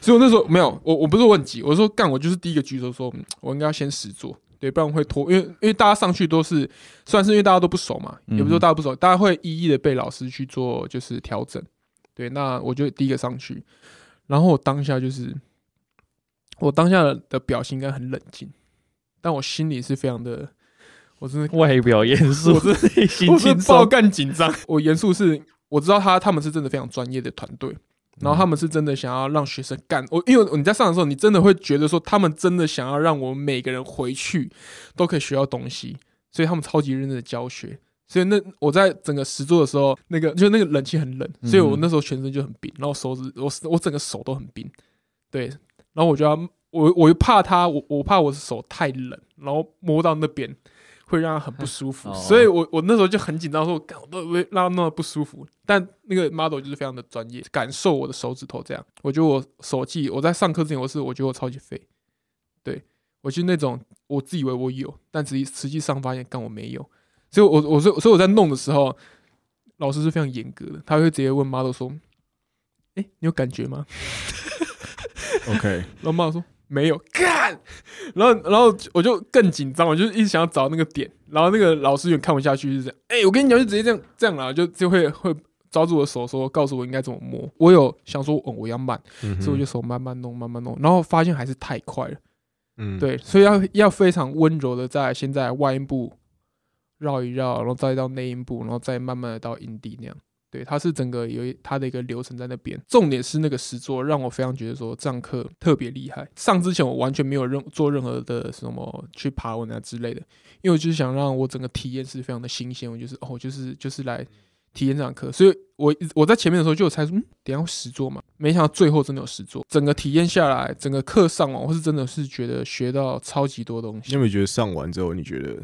Speaker 2: 所以我那时候没有，我我不是我很急，我说干，我就是第一个举手说，嗯我应该要先实做，对，不然会拖，因为因为大家上去都是，算是因为大家都不熟嘛，也不是说大家不熟，大家会一一的被老师去做就是调整，对，那我就第一个上去，然后我当下就是，我当下的表情应该很冷静，但我心里是非常的，我真的
Speaker 3: 外表严肃，内心
Speaker 2: 我是
Speaker 3: 轻
Speaker 2: 爆
Speaker 3: 松。
Speaker 2: 干紧张。我严肃是，我知道他他们是真的非常专业的团队，然后他们是真的想要让学生干。我因为你在上的时候，你真的会觉得说，他们真的想要让我们每个人回去都可以学到东西，所以他们超级认真的教学。所以那我在整个实作的时候，那个就那个冷气很冷，所以我那时候全身就很冰，然后手指我我整个手都很冰，对，然后我就要我我又怕他，我我怕我的手太冷，然后摸到那边会让他很不舒服，
Speaker 3: 哦
Speaker 2: 所以我我那时候就很紧张，说我干我都会让他弄得不舒服。但那个 model 就是非常的专业，感受我的手指头这样，我觉得我手技我在上课之前我是我觉得我超级废，对我就是那种我自以为我有，但实际实际上发现干我没有，所以我我所以所以我在弄的时候，老师是非常严格的，他会直接问 model 说：“哎、你有感觉吗？”
Speaker 1: ，OK，
Speaker 2: 然后妈妈说没有干，然后然后我就更紧张，我就一直想要找那个点，然后那个老师有点看不下去，就这样，哎、我跟你讲，就直接这样这样啦，就就会会抓住我的手说，告诉我应该怎么摸。我有想说，哦，我要慢，
Speaker 1: 嗯哼
Speaker 2: 所以我就手慢慢弄，慢慢弄，然后发现还是太快了，
Speaker 1: 嗯，
Speaker 2: 对，所以要要非常温柔的在现在外阴部绕一绕，然后再到内阴部，然后再慢慢的到阴蒂那样。对，它是整个有一它的一个流程在那边。重点是那个实作让我非常觉得说这堂课特别厉害。上之前我完全没有任做任何的什么去爬文啊之类的，因为我就是想让我整个体验是非常的新鲜。我就是哦，就是就是来体验这堂课，所以我我在前面的时候就有猜出，嗯，等一下会实做嘛，没想到最后真的有实做。整个体验下来，整个课上完，我是真的是觉得学到超级多东
Speaker 1: 你
Speaker 2: 西
Speaker 1: 有。没有觉得上完之后，你觉得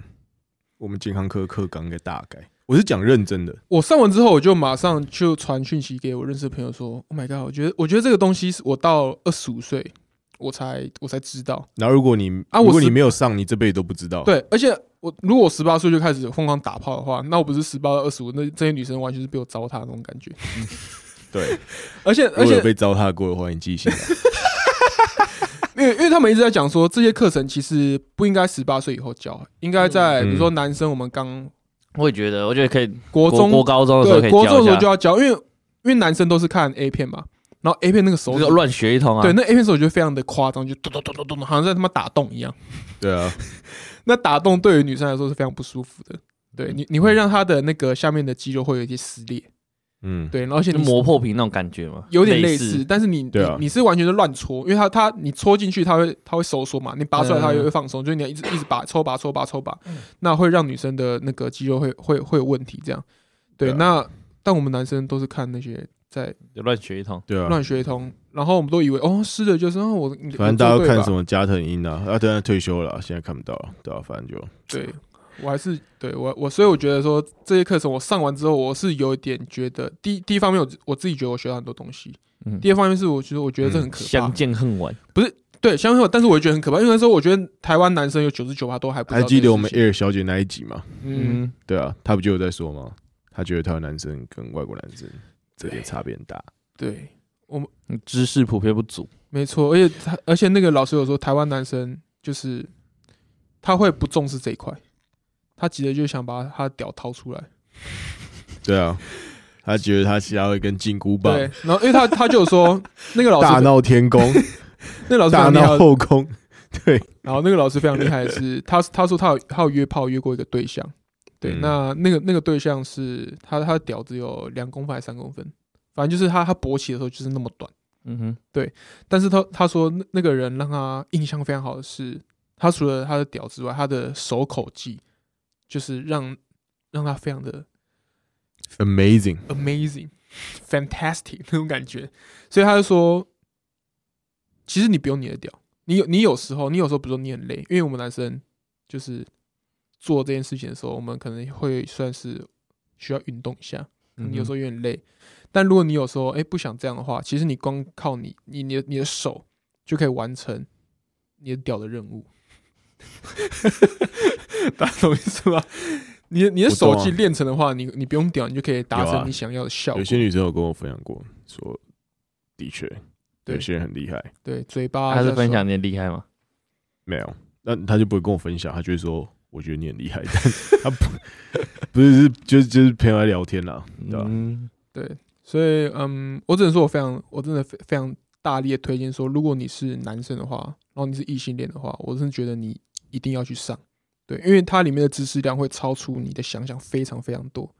Speaker 1: 我们健康科课纲应该大改？我是讲认真的，
Speaker 2: 我上完之后，我就马上就传讯息给我认识的朋友说：“Oh my god！” 我觉得，我觉得这个东西是我到二十五岁我才我才知道。
Speaker 1: 然后如果你
Speaker 2: 啊我
Speaker 1: 如果你
Speaker 2: 是
Speaker 1: 没有上，你这辈子都不知道。，
Speaker 2: 对，而且我如果我十八岁就开始疯狂打炮的话，那我不是十八到二十五，那这些女生完全是被我糟蹋的那种感觉。
Speaker 1: 对，
Speaker 2: 而且
Speaker 1: 如果
Speaker 2: 而
Speaker 1: 有
Speaker 2: 且，
Speaker 1: 被糟蹋过的话，你记性。
Speaker 2: 因为因为他们一直在讲说，这些课程其实不应该十八岁以后教，应该在、
Speaker 1: 嗯
Speaker 2: 比如说男生我们刚
Speaker 3: 我也觉得，我觉得可以
Speaker 2: 国中
Speaker 3: 国高中的时候可
Speaker 2: 对
Speaker 3: 以
Speaker 2: 国中的时候
Speaker 3: 教一
Speaker 2: 就
Speaker 3: 下，
Speaker 2: 要教，因为因为男生都是看 A 片嘛，然后 A 片那个手
Speaker 3: 不
Speaker 2: 指
Speaker 3: 要乱学一通啊。
Speaker 2: 对，，那 A 片手我觉得非常的夸张，就咚咚咚咚咚咚，好像在他妈打洞一样。
Speaker 1: 对啊，
Speaker 2: 那打洞对于女生来说是非常不舒服的，对你你会让她的那个下面的肌肉会有一些撕裂，
Speaker 1: 嗯，
Speaker 2: 对，然后而且
Speaker 3: 就
Speaker 2: 你
Speaker 3: 磨破皮那种感觉嘛，
Speaker 2: 有点类似，
Speaker 3: 似。
Speaker 2: 但是你
Speaker 1: 对啊
Speaker 2: 你你是完全是乱搓，因为它它你搓进去它会它会收缩嘛，你拔出来它
Speaker 3: 嗯
Speaker 2: 也会放松，就是你要一直一直拔抽拔抽拔抽拔，那会让女生的那个肌肉会会会有问题这样。
Speaker 1: 对
Speaker 2: 对，
Speaker 1: 啊
Speaker 2: 那但我们男生都是看那些在
Speaker 3: 就乱学一通。
Speaker 1: 对啊。
Speaker 2: 乱学一通，然后我们都以为哦是的，就是哦我
Speaker 1: 反正大家看什
Speaker 2: 么，
Speaker 1: 么加藤鹰啊，啊，等下退休了，现在看不到了，对啊，反正就
Speaker 2: 对。我还是对我我，所以我觉得说这些课程我上完之后，我是有点觉得，第一第一方面我我自己觉得我学到很多东西，
Speaker 3: 嗯
Speaker 2: 第二方面是我觉得我觉得这很可
Speaker 1: 嗯
Speaker 2: 怕，
Speaker 3: 相见恨晚，
Speaker 2: 对，相信我，但是我也觉得很可怕，因为那时候我觉得台湾男生有九十九趴都还不知道
Speaker 1: 还记
Speaker 2: 这件
Speaker 1: 得我们
Speaker 2: 事情
Speaker 1: Air 小姐那一集吗？
Speaker 2: 嗯，
Speaker 3: 嗯，
Speaker 1: 对啊，她不就有在说吗？她觉得台湾男生跟外国男生这点差别很大。
Speaker 2: 对，
Speaker 3: 知识普遍不足，
Speaker 2: 没错，而且他而且那个老师有说，台湾男生就是他会不重视这一块，他急着就想把他的屌掏出来，
Speaker 1: 对啊，她觉得她想要一根金箍棒
Speaker 2: 对，然后因为他他就有说 那个老
Speaker 1: 大
Speaker 2: 师，
Speaker 1: 闹天 宫，
Speaker 2: 那个老师非
Speaker 1: 大
Speaker 2: 常厉害
Speaker 1: 闹，后宫。
Speaker 2: 然后那个老师非常厉害的是，他他说他有他有约炮约过一个对象，对，
Speaker 1: 嗯
Speaker 2: 那那个那个对象是他他的屌只有两公分还是三公分，反正就是他他勃起的时候就是那么短。
Speaker 3: 嗯哼，
Speaker 2: 但是他他说那那个人让他印象非常好的是，他除了他的屌之外，他的手口技就是让让他非常的
Speaker 1: Amazing，
Speaker 2: amazing、fantastic 那种感觉，所以他就说，其实你不用你的屌，你有你有时候你有时候比如说你很累，因为我们男生就是做这件事情的时候，我们可能会算是需要运动一下，你嗯有时
Speaker 3: 候
Speaker 2: 候有点累。但如果你有时候哎、诶不想这样的话，其实你光靠你你你的你的手就可以完成你的屌的任务。 大家懂意思吗？你的你的
Speaker 1: 我懂
Speaker 2: 手
Speaker 1: 啊
Speaker 2: 技练成的话，你你不用屌，你就可以达
Speaker 1: 有啊
Speaker 2: 成你想要的效果
Speaker 1: 有。些女生有跟我分享过，说的确，
Speaker 2: 对
Speaker 1: 有些人很厉害。
Speaker 2: 对，嘴巴啊
Speaker 3: 他是
Speaker 2: 叫
Speaker 3: 分
Speaker 2: 手
Speaker 3: 享你很厉害吗？
Speaker 1: 没有，那她就不会跟我分享，她就会说：“我觉得你很厉 害。”但她不不是是就是就是朋友在聊天啦，对吧？
Speaker 3: 嗯，
Speaker 2: 对，所以嗯，我只能说我非常，我真的非非常大力的推荐说，如果你是男生的话，然后你是异性恋的话，我真的觉得你一定要去上，对，因为它里面的知识量会超出你的想象非常非常多。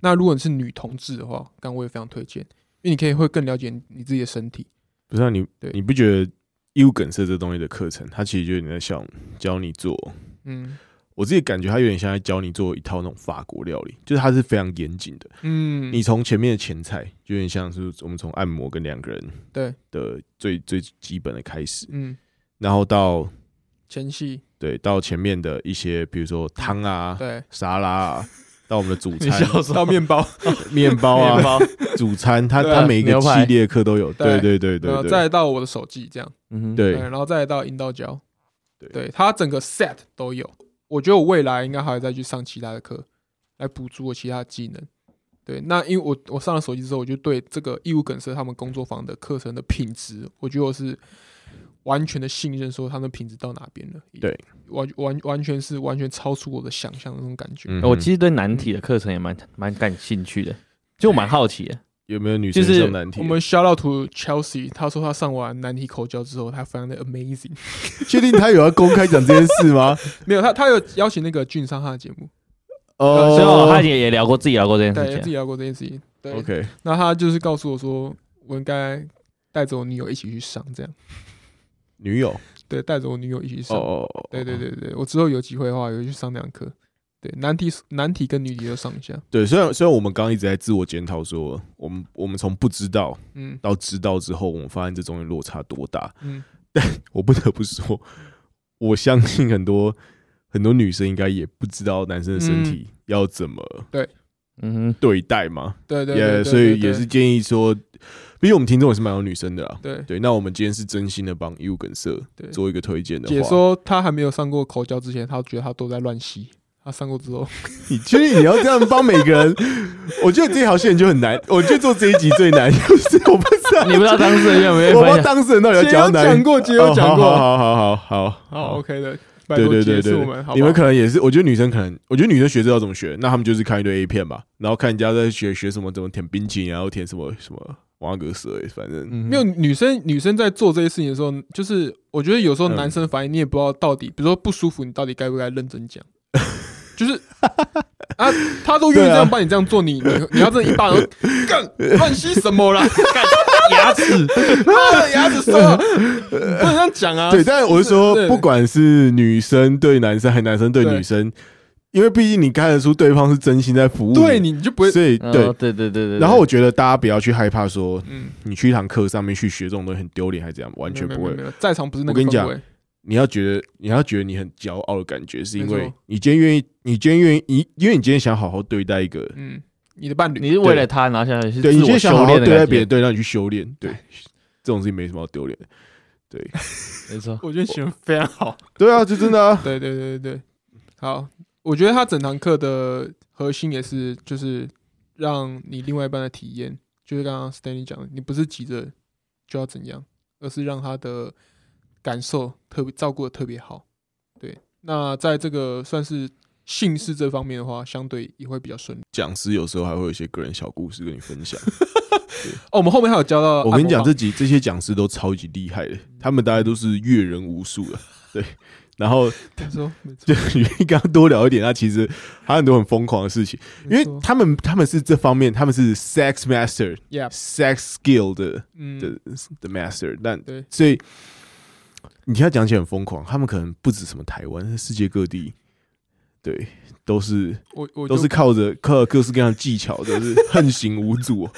Speaker 2: 那如果你是女同志的话，刚我也非常推荐，因为你可以会更了解你自己的身体。
Speaker 1: 不是、啊、你
Speaker 2: 对
Speaker 1: 你不觉得义务梗塞这东西的课程，它其实就有点在想教你做。
Speaker 2: 嗯
Speaker 1: 我自己感觉它有点像在教你做一套那种法国料理，就是它是非常严谨的。
Speaker 2: 嗯，
Speaker 1: 你从前面的前菜，就有点像是我们从按摩跟两个人
Speaker 2: 对
Speaker 1: 的最最基本的开始，
Speaker 2: 嗯
Speaker 1: 然后到
Speaker 2: 前戏
Speaker 1: 对到前面的一些，比如说汤啊、
Speaker 2: 对
Speaker 1: 沙拉啊，到我们的主
Speaker 3: 你
Speaker 1: 餐、
Speaker 3: 笑什
Speaker 2: 到
Speaker 3: 么？
Speaker 2: 面包，
Speaker 1: 面包
Speaker 3: 面
Speaker 1: 啊、
Speaker 3: 包，
Speaker 1: 主餐，它
Speaker 2: 对啊
Speaker 1: 它每一个
Speaker 3: 牛排
Speaker 1: 系列课都有。对对对
Speaker 2: 然后
Speaker 1: 对对，
Speaker 2: 啊再到我的手机这样。
Speaker 3: 嗯哼，
Speaker 1: 对
Speaker 2: 对，然后再来到阴道胶，
Speaker 1: 对
Speaker 2: 对，它整个 set 都有。我觉得我未来应该还会再去上其他的课，来补足我其他的技能。对，那因为我我上了手机之后，我就对这个义务梗塞他们工作坊的课程的品质，我觉得我是完全的信任，说他们品质到哪边了。
Speaker 1: 对，
Speaker 2: 完完完全是完全超出我的想象的那种感觉。
Speaker 1: 嗯
Speaker 3: 我其实对难题的课程也蛮蛮感兴趣的，就我蛮好奇的。
Speaker 1: 有没有女生
Speaker 3: 就是
Speaker 1: 上难题
Speaker 2: 我？们 shout out to Chelsea，他说他上完难题口交之后，他非常的 amazing。
Speaker 1: 确定他有要公开讲这件事吗？
Speaker 2: 没有，他他有邀请那个俊上他的节目，
Speaker 1: 哦，
Speaker 3: 所以我他也也聊过，自己聊过这件
Speaker 2: 对，
Speaker 3: 事
Speaker 2: 自
Speaker 3: 情。
Speaker 2: 己聊过这件事情。对
Speaker 1: OK，
Speaker 2: 那他就是告诉我说，我应该带着我女友一起去上，这样
Speaker 1: 女友
Speaker 2: 对，带着我女友一起
Speaker 1: 哦
Speaker 2: 上。
Speaker 1: 哦，哦
Speaker 2: 对对对对，我之后有机会的话，有去上两课。对，男体男体跟女体都上一下。
Speaker 1: 对，虽然虽然我们刚刚一直在自我检讨，说我们我们从不知道
Speaker 2: 嗯
Speaker 1: 到知道之后，我们发现这中间落差多大。
Speaker 2: 嗯，
Speaker 1: 我不得不说，我相信很多很多女生应该也不知道男生的
Speaker 2: 嗯
Speaker 1: 身体要怎么
Speaker 3: 嗯
Speaker 1: 对待嘛，
Speaker 2: 对对
Speaker 1: 也
Speaker 2: 对，
Speaker 1: 所以也
Speaker 2: 对
Speaker 1: 是建议说，毕竟我们听众也是蛮有女生的啦。
Speaker 2: 对。
Speaker 1: 对，那我们今天是真心的帮义务梗社
Speaker 2: 对
Speaker 1: 做一个推荐的
Speaker 2: 姐
Speaker 1: 话，
Speaker 2: 说她还没有上过口交之前，她觉得她都在乱吸。她上过之后，
Speaker 1: 你其实你要这样帮每个人， 我觉得这条线就很难。我觉得做这一集最难，就是我不知道
Speaker 3: 哼，你不知道当事人有
Speaker 2: 哎
Speaker 3: 没有
Speaker 1: 我不知道
Speaker 3: 发现？
Speaker 1: 当事人到底 要
Speaker 2: 姐
Speaker 1: 讲
Speaker 2: 有
Speaker 1: 到哪
Speaker 2: 讲
Speaker 1: 里。
Speaker 2: 过，姐有讲
Speaker 1: 哦
Speaker 2: 过，
Speaker 1: 好好好好好
Speaker 2: 好 OK 的，拜
Speaker 1: 对
Speaker 2: 托
Speaker 1: 对对
Speaker 2: 结束
Speaker 1: 对
Speaker 2: 我们，好，
Speaker 1: 你
Speaker 2: 不好
Speaker 1: 们可能也是，我觉得女生可能，我觉得女生学这要怎么学，那他们就是看一堆 A 片吧，然后看人家在学学什么，怎么舔冰淇淋，然后舔什么什么瓦格蛇，反正
Speaker 3: 没
Speaker 2: 没有女生女生在做这些事情的时候，就是我觉得有
Speaker 1: 嗯
Speaker 2: 时候男生反应你也不知道到底，比如说不舒服，你到底该不该认 真讲？就是啊，他都愿意这
Speaker 1: 对啊
Speaker 2: 样帮你这样做，你你你要这一巴掌干乱吸什么 啦？
Speaker 3: 牙齿，
Speaker 2: 妈的牙齿酸啊，不能这样讲啊！
Speaker 1: 对，但是我是
Speaker 2: 对
Speaker 1: 说，不管是女生对男生，还是男生对女生，因为毕竟你看得出对方是真心在服务，
Speaker 2: 对，你就不会
Speaker 1: 所以
Speaker 3: 哦
Speaker 1: 对。
Speaker 3: 对对对对。
Speaker 1: 然后我觉得大家不要去害怕说
Speaker 2: 嗯，
Speaker 1: 你去一堂课上面去学这种东西很丢脸，还是怎样，完全
Speaker 2: 没
Speaker 1: 不
Speaker 2: 有
Speaker 1: 会
Speaker 2: 没有没。有没有在场不是那
Speaker 1: 我
Speaker 2: 个
Speaker 1: 跟你
Speaker 2: 氛
Speaker 1: 讲
Speaker 2: 围，
Speaker 1: 你要觉得你要觉得你很骄傲的感觉，是因
Speaker 2: 没
Speaker 1: 为
Speaker 2: 错
Speaker 1: 你今天愿意，你今天愿意，你因为你今天想好好对待一个，
Speaker 2: 嗯，你的伴侣
Speaker 3: 你是为了他，然后现在是
Speaker 1: 对你今
Speaker 3: 自我
Speaker 1: 天想
Speaker 3: 修
Speaker 1: 好好
Speaker 3: 炼的
Speaker 1: 对待
Speaker 3: 感
Speaker 1: 别人，
Speaker 3: 觉，
Speaker 1: 对，让你去修炼，对，这种事情没什么好丢脸的。
Speaker 3: 没错。
Speaker 2: 我觉得形容非常好。
Speaker 1: 对啊，就真的啊，
Speaker 2: 对对对对对，好，我觉得他整堂课的核心也是就是让你另外一半的体验，就是刚刚 Stanley 讲的，你不是急着就要怎样，而是让他的感受特别照顾的特别好。对，那在这个算是姓氏这方面的话，相对也会比较顺利。
Speaker 1: 讲师有时候还会有一些个人小故事跟你分享。啊
Speaker 2: 哦，我们后面还有教到，
Speaker 1: 我跟你讲，这几这些讲师都超级厉害的，他们大概都是阅人无数的，对。然后
Speaker 2: 没错，没错
Speaker 1: 就你刚刚多聊一点，他其实还有很多很疯狂的事情，因为
Speaker 2: 没错
Speaker 1: 他们他们是这方面，他们是 sex master、
Speaker 2: ，Yeah，
Speaker 1: sex skill 的
Speaker 2: 嗯，
Speaker 1: 的的 master，但
Speaker 2: 对
Speaker 1: 所以你听他讲起来很疯狂，他们可能不止什么台湾，世界各地，对，都是
Speaker 2: 我我就
Speaker 1: 都是靠着靠各式各样的技巧，都是横行无阻 哦。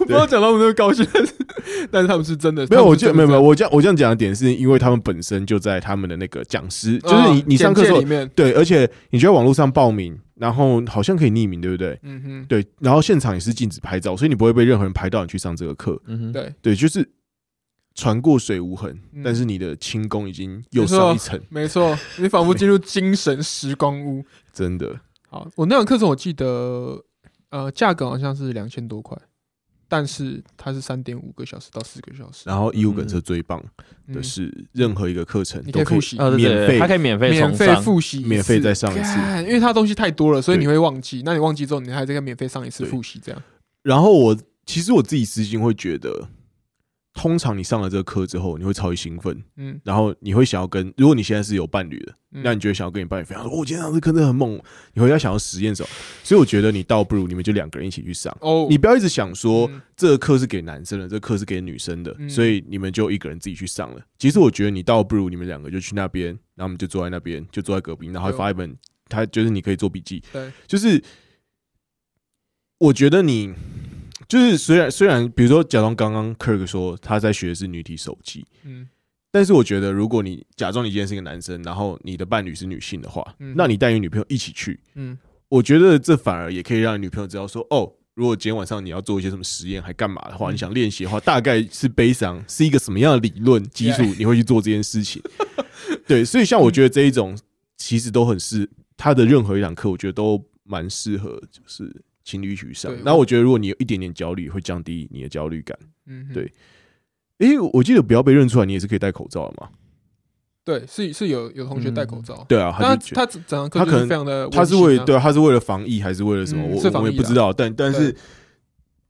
Speaker 2: 我不要讲到我们那么高兴，但是 但是他们是真的，
Speaker 1: 没有，
Speaker 2: 他
Speaker 1: 我
Speaker 2: 们是
Speaker 1: 觉得
Speaker 2: 真
Speaker 1: 没
Speaker 2: 的
Speaker 1: 有没有，我
Speaker 2: 这样，
Speaker 1: 这样我这样讲的点是因为他们本身就在他们的那个讲师，就是你
Speaker 2: 啊
Speaker 1: 你上课的时
Speaker 2: 简介
Speaker 1: 候
Speaker 2: 里，面，
Speaker 1: 对，而且你就在网络上报名，然后好像可以匿名，对不对？
Speaker 2: 嗯哼，
Speaker 1: 对，然后现场也是禁止拍照，所以你不会被任何人拍到你去上这个课。
Speaker 3: 嗯哼，
Speaker 2: 对，
Speaker 1: 对，就是船过水无痕，
Speaker 2: 嗯
Speaker 1: 但是你的轻功已经又上一层，
Speaker 2: 没错，你仿佛进入精神时光 屋。
Speaker 1: 真的。
Speaker 2: 好，我那堂课程我记得，呃，价格好像是两千多块，但是它是三点五个小时到四个小时，
Speaker 1: 然后义务梗车最棒的
Speaker 2: 嗯
Speaker 1: 是，任何一个课程
Speaker 2: 你可
Speaker 1: 都
Speaker 2: 以
Speaker 1: 可以
Speaker 2: 复习，
Speaker 3: 哦对对
Speaker 1: 免
Speaker 3: 对，
Speaker 1: 费
Speaker 3: 他可以免费
Speaker 2: 免
Speaker 3: 重
Speaker 2: 费
Speaker 3: 上，
Speaker 2: 复习一次，
Speaker 1: 免费再上一次
Speaker 2: 干因为它东西太多了，所以
Speaker 1: 对
Speaker 2: 你会忘记。那你忘记之后，你还得再免费上一次
Speaker 1: 对
Speaker 2: 复习，这样。
Speaker 1: 然后我其实我自己私心会觉得，通常你上了这个课之后，你会超级兴奋，
Speaker 2: 嗯，
Speaker 1: 然后你会想要跟，如果你现在是有伴侣的，
Speaker 2: 嗯
Speaker 1: 那你就会想要跟你伴侣分享说，哦，今天上这课真的很猛，你回家想要实验手，所以我觉得你倒不如你们就两个人一起去上。
Speaker 2: 哦，
Speaker 1: 你不要一直想说
Speaker 2: 嗯
Speaker 1: 这个课是给男生的，这个课是给女生的，
Speaker 2: 嗯
Speaker 1: 所以你们就一个人自己去上了。其实我觉得你倒不如你们两个就去那边，然后我们就坐在那边，就坐在隔壁，然后还发一本，他就是你可以做笔记，
Speaker 2: 对，嗯
Speaker 1: 就是我觉得你就是虽然虽然比如说假装刚刚 Kirk 说他在学的是女体手机，
Speaker 2: 嗯，
Speaker 1: 但是我觉得如果你假装你今天是一个男生，然后你的伴侣是女性的话，
Speaker 2: 嗯
Speaker 1: 那你带你女朋友一起去，
Speaker 2: 嗯，
Speaker 1: 我觉得这反而也可以让你女朋友知道说，哦，如果今天晚上你要做一些什么实验，还干嘛的话，
Speaker 2: 嗯
Speaker 1: 你想练习的话，大概是悲伤是一个什么样的理论基础
Speaker 2: Yeah，
Speaker 1: 你会去做这件事 情。对，所以像我觉得这一种其实都很适，他的任何一堂课，我觉得都蛮适合就是情侣一起去上
Speaker 2: 对。
Speaker 1: 那我觉得如果你有一点点焦虑，会降低你的焦虑感。
Speaker 2: 嗯哼，
Speaker 1: 对诶、我记得不要被认出来，你也是可以戴口罩的嘛？
Speaker 2: 对，是是有有同学戴口罩，
Speaker 1: 对啊，他
Speaker 2: 但
Speaker 1: 就觉得
Speaker 2: 他整堂课
Speaker 1: 他
Speaker 2: 就
Speaker 1: 可
Speaker 2: 是
Speaker 1: 能
Speaker 2: 非常的温馨啊，
Speaker 1: 他是为对啊，他是为了防疫还是为了什么？
Speaker 2: 嗯
Speaker 1: 我
Speaker 2: 是防疫
Speaker 1: 我
Speaker 2: 啦
Speaker 1: 也不知道，但但是
Speaker 2: 对